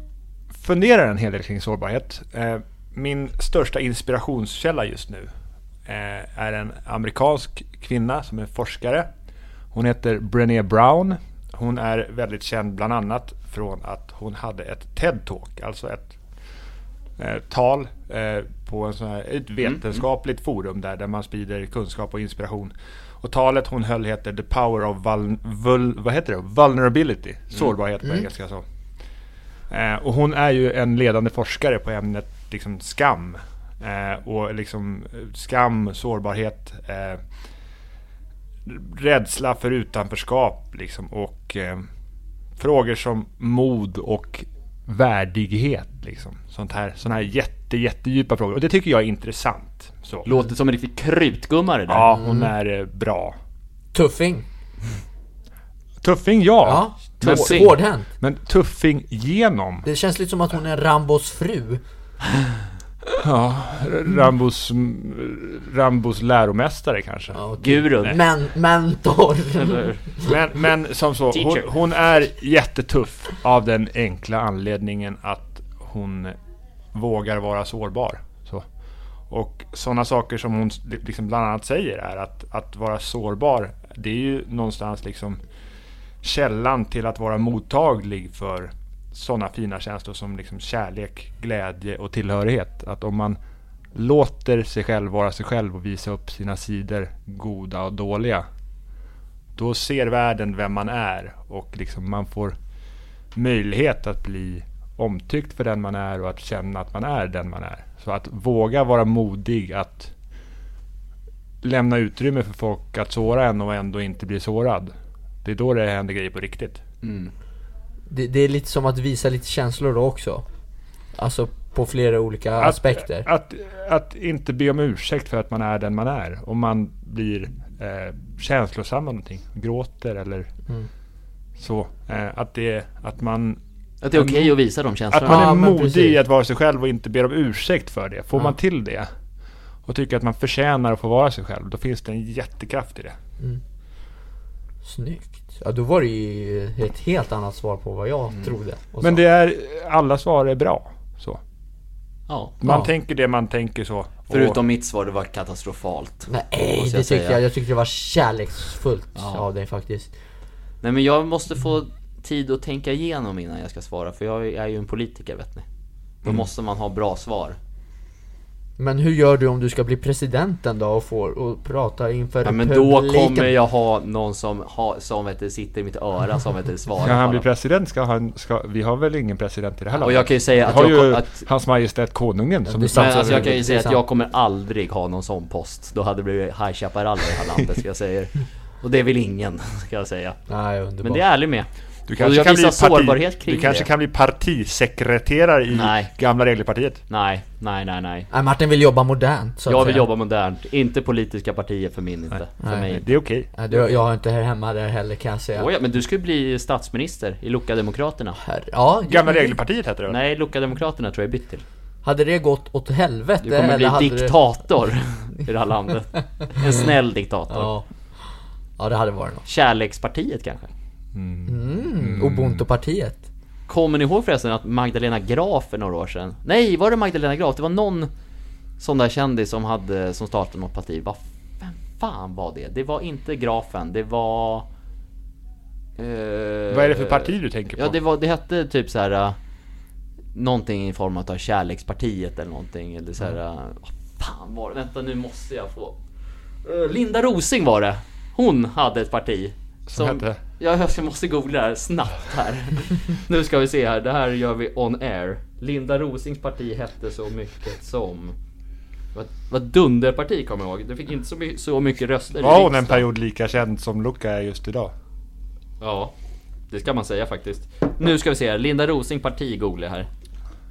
[SPEAKER 3] funderar en hel del kring sårbarhet. Eh, min största inspirationskälla just nu eh, är en amerikansk kvinna som är forskare. Hon heter Brené Brown. Hon är väldigt känd bland annat från att hon hade ett TED-talk, alltså ett eh, tal eh, på en sån här, ett vetenskapligt forum där, där man sprider kunskap och inspiration. Och talet hon höll heter The Power of vul, vul, vad heter det? Vulnerability, sårbarhet på engelska. Så. Eh, och hon är ju en ledande forskare på ämnet liksom, skam. Eh, och liksom, eh, skam, sårbarhet, eh, rädsla för utanförskap liksom, och eh, frågor som mod och värdighet. Liksom. Sånt här, såna här jätte, jättedjupa frågor. Och det tycker jag är intressant. Så.
[SPEAKER 1] Låter som en riktig krutgumma det där.
[SPEAKER 3] Ja, hon är eh, bra.
[SPEAKER 2] Tuffing.
[SPEAKER 3] Tuffing, ja.
[SPEAKER 2] Ja,
[SPEAKER 1] Men-
[SPEAKER 2] Tuffing. hårdhänt.
[SPEAKER 3] Men tuffing genom
[SPEAKER 2] Det känns lite som att hon är Rambos fru.
[SPEAKER 3] Rambos, mm, Rambos läromästare kanske.
[SPEAKER 1] Gurun.
[SPEAKER 2] Men, mentor.
[SPEAKER 1] Eller-
[SPEAKER 3] Men, men som så, hon,
[SPEAKER 1] Teacher.
[SPEAKER 3] hon är jättetuff av den enkla anledningen att hon vågar vara sårbar. Så. Och sådana saker som hon li- liksom bland annat säger är att, att vara sårbar, det är ju någonstans liksom källan till att vara mottaglig för sådana fina känslor som liksom kärlek, glädje och tillhörighet. Att om man låter sig själv vara sig själv och visa upp sina sidor, goda och dåliga, då ser världen vem man är och liksom man får möjlighet att bli omtyckt för den man är och att känna att man är den man är. Så att våga vara modig att lämna utrymme för folk att såra en och ändå inte bli sårad. Det är då det händer grejer på riktigt.
[SPEAKER 2] Det, det är lite som att visa lite känslor då också. Alltså på flera olika aspekter.
[SPEAKER 3] Att, att inte be om ursäkt för att man är den man är. Om man blir eh, känslosam av någonting, gråter eller
[SPEAKER 2] Mm.
[SPEAKER 3] så. Eh, att, det, att man,
[SPEAKER 1] Att det är okej att visa de
[SPEAKER 3] Mm. att
[SPEAKER 1] känslorna.
[SPEAKER 3] man
[SPEAKER 2] Ja,
[SPEAKER 3] är
[SPEAKER 2] men
[SPEAKER 3] modig
[SPEAKER 2] precis.
[SPEAKER 3] i att vara sig själv och inte ber om ursäkt för det. Får
[SPEAKER 2] Ja.
[SPEAKER 3] man till det och tycker att man förtjänar att få vara sig själv, då finns det en jättekraft i det.
[SPEAKER 2] Snyggt. Ja, då var det ju ett helt annat svar på vad jag trodde. och
[SPEAKER 3] Men
[SPEAKER 2] sa.
[SPEAKER 3] det är, alla svar är bra. Så.
[SPEAKER 1] Ja.
[SPEAKER 3] Man
[SPEAKER 2] Ja.
[SPEAKER 3] tänker det man tänker så.
[SPEAKER 1] Förutom mitt svar, det var katastrofalt.
[SPEAKER 2] Nej,
[SPEAKER 1] Måste
[SPEAKER 2] det
[SPEAKER 1] jag
[SPEAKER 2] tyckte
[SPEAKER 1] säga.
[SPEAKER 2] jag. Jag tyckte det var kärleksfullt
[SPEAKER 1] Ja.
[SPEAKER 2] av dig faktiskt.
[SPEAKER 1] Nej men jag måste få tid att tänka igenom innan jag ska svara, för jag är ju en politiker vet ni. Då
[SPEAKER 2] Mm.
[SPEAKER 1] måste man ha bra svar.
[SPEAKER 2] Men hur gör du om du ska bli presidenten då och får och prata inför
[SPEAKER 1] Ja, men då
[SPEAKER 2] publiken?
[SPEAKER 1] kommer jag ha någon som, ha, som vet, du, sitter i mitt öra som vet, du, svarar.
[SPEAKER 3] Och Ska
[SPEAKER 1] på
[SPEAKER 3] han bli
[SPEAKER 1] alla-
[SPEAKER 3] president? Ska han, ska, vi har väl ingen president i det här
[SPEAKER 1] Och jag kan ju säga att
[SPEAKER 3] Vi har
[SPEAKER 1] jag
[SPEAKER 3] ju
[SPEAKER 1] kom- att-
[SPEAKER 3] Hans Majestät Konungen som
[SPEAKER 2] det
[SPEAKER 3] är
[SPEAKER 2] är
[SPEAKER 1] Men,
[SPEAKER 2] sant.
[SPEAKER 3] statsöverhuvud.
[SPEAKER 1] alltså, jag kan
[SPEAKER 2] Det
[SPEAKER 1] ju
[SPEAKER 2] är
[SPEAKER 1] säga att
[SPEAKER 2] sant.
[SPEAKER 1] jag kommer aldrig ha någon sån post. Då hade det blivit High Chaparral i det här landet, ska jag säga. Och det vill ingen, ska jag säga.
[SPEAKER 2] Nej, underbart.
[SPEAKER 1] Men det är jag ärlig med.
[SPEAKER 3] Du
[SPEAKER 1] och
[SPEAKER 3] kanske,
[SPEAKER 1] jag
[SPEAKER 3] kan bli,
[SPEAKER 1] visar sårbarhet
[SPEAKER 3] parti,
[SPEAKER 1] kring
[SPEAKER 3] du kanske
[SPEAKER 1] det.
[SPEAKER 3] kan bli partisekreterare i
[SPEAKER 1] Nej.
[SPEAKER 3] gamla reglerpartiet.
[SPEAKER 1] Nej, nej, nej, nej.
[SPEAKER 2] Nej, Martin vill jobba modernt så att
[SPEAKER 1] Jag vill
[SPEAKER 2] säga.
[SPEAKER 1] jobba modernt, inte politiska partier för min inte. För
[SPEAKER 2] Nej.
[SPEAKER 1] mig.
[SPEAKER 3] Det är okej.
[SPEAKER 2] Nej, du, jag har inte här hemma där heller kan jag säga.
[SPEAKER 1] Åja, men du ska ju bli statsminister i Lokademokraterna.
[SPEAKER 2] Herre- Ja,
[SPEAKER 3] Gamla reglerpartiet heter det väl?
[SPEAKER 1] Nej, Lokademokraterna tror jag är bytt till.
[SPEAKER 2] Hade det gått åt helvete
[SPEAKER 1] Du kommer
[SPEAKER 2] eller
[SPEAKER 1] bli
[SPEAKER 2] hade Det...
[SPEAKER 1] diktator i det här landet. En snäll diktator.
[SPEAKER 2] Ja. ja, det hade varit något.
[SPEAKER 1] Kärlekspartiet kanske?
[SPEAKER 2] Mm. Ubuntu-partiet.
[SPEAKER 1] Kommer ni ihåg förresten att Magdalena Graf för några år sedan? Nej, var det Magdalena Graf? Det var någon sån där kändis som, hade, som startade något parti. Vad vem fan var det? Det var inte Grafen, det var... eh,
[SPEAKER 3] Vad är det för parti du tänker på?
[SPEAKER 1] Ja, det, var, det hette typ så här eh, Någonting i form av Kärlekspartiet eller någonting. Eller så här, eh, vad fan var det? Vänta, nu måste jag få... Eh, Linda Rosing var det. Hon hade ett parti.
[SPEAKER 3] Som hette?
[SPEAKER 1] Ja, jag måste googla det här snabbt här. nu ska vi se här, det här gör vi on air. Linda Rosings parti hette så mycket som... Vad, vad dunderparti kommer jag ihåg. Det fick inte så, my- så mycket röster i
[SPEAKER 3] Var hon en
[SPEAKER 1] riksdagen.
[SPEAKER 3] period lika känd som Luca är just idag?
[SPEAKER 1] Ja, det ska man säga faktiskt. Nu ska vi se här, Linda Rosing parti googlar jag här.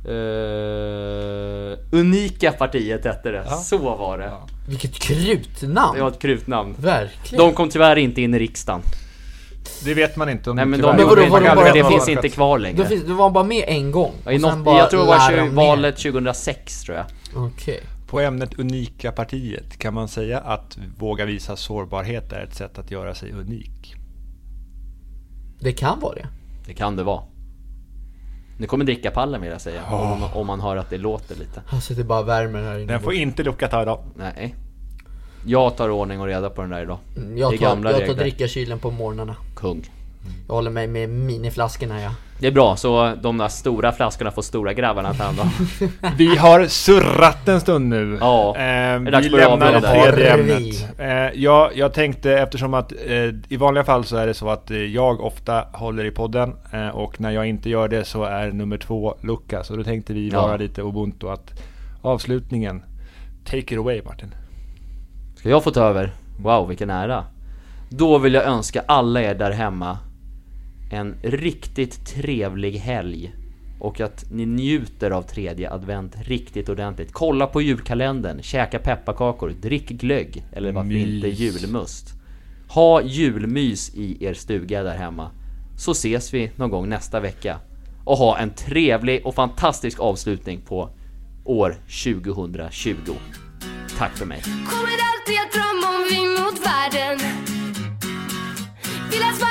[SPEAKER 1] Eh, Unika partiet hette det, så var det.
[SPEAKER 2] Vilket krutnamn!
[SPEAKER 1] Det var ett krutnamn.
[SPEAKER 2] Verkligen.
[SPEAKER 1] De kom tyvärr inte in i riksdagen.
[SPEAKER 3] Det vet man inte om
[SPEAKER 1] Nej men de
[SPEAKER 3] tyvärr.
[SPEAKER 2] Men vadå,
[SPEAKER 1] gjorde inte
[SPEAKER 2] var de
[SPEAKER 1] det,
[SPEAKER 2] bara-
[SPEAKER 1] för det
[SPEAKER 2] var
[SPEAKER 1] finns
[SPEAKER 2] de-
[SPEAKER 1] inte kvar
[SPEAKER 2] Då
[SPEAKER 1] längre.
[SPEAKER 2] finns, det var bara med en gång.
[SPEAKER 1] Ja, I
[SPEAKER 2] och sen
[SPEAKER 1] något,
[SPEAKER 2] bara
[SPEAKER 1] jag tror det var
[SPEAKER 2] lär
[SPEAKER 1] tju-
[SPEAKER 2] de ner.
[SPEAKER 1] valet 2006 tror jag.
[SPEAKER 2] Okej.
[SPEAKER 3] På ämnet unika partiet kan man säga att våga visa sårbarhet är ett sätt att göra sig unik.
[SPEAKER 2] Det kan vara det.
[SPEAKER 1] Det kan det vara. Nu kommer drickapallen vill jag säga. Om, man- om man hör att det låter lite.
[SPEAKER 2] Alltså det bara värmer här inne.
[SPEAKER 3] Den får inte Luca ta idag.
[SPEAKER 1] Nej. Jag tar ordning och reda på den där idag.
[SPEAKER 2] Mm,
[SPEAKER 1] det är
[SPEAKER 2] jag tar,
[SPEAKER 1] gamla
[SPEAKER 2] jag tar
[SPEAKER 1] regler.
[SPEAKER 2] drickakylen på morgnarna.
[SPEAKER 1] Kung.
[SPEAKER 2] Jag håller mig med miniflaskorna ja.
[SPEAKER 1] Det är bra, så de där stora flaskorna får stora grabbarna ta hand om.
[SPEAKER 3] Vi har surrat en stund nu.
[SPEAKER 1] Ja,
[SPEAKER 3] Eh,
[SPEAKER 1] det är dags
[SPEAKER 3] vi
[SPEAKER 1] för att
[SPEAKER 3] lämnar det
[SPEAKER 1] avrunda.
[SPEAKER 3] tredje
[SPEAKER 2] Har
[SPEAKER 3] ämnet. Eh, jag, jag tänkte eftersom att eh, i vanliga fall så är det så att eh, jag ofta håller i podden eh, och när jag inte gör det så är nummer två lucka. Så då tänkte vi
[SPEAKER 1] Ja.
[SPEAKER 3] vara lite ubuntu att avslutningen, take it away Martin.
[SPEAKER 1] Ska jag få ta över? Wow, vilken ära. Då vill jag önska alla er där hemma en riktigt trevlig helg. Och att ni njuter av tredje advent riktigt ordentligt. Kolla på julkalendern, käka pepparkakor, drick glögg eller varför
[SPEAKER 3] Mys.
[SPEAKER 1] inte julmust. Ha julmys i er stuga där hemma. Så ses vi någon gång nästa vecka. Och ha en trevlig och fantastisk avslutning på år 2020. Tack för mig.
[SPEAKER 4] Kommer alltid att drömma om vi mot världen Vill ha svart Ah, Ah,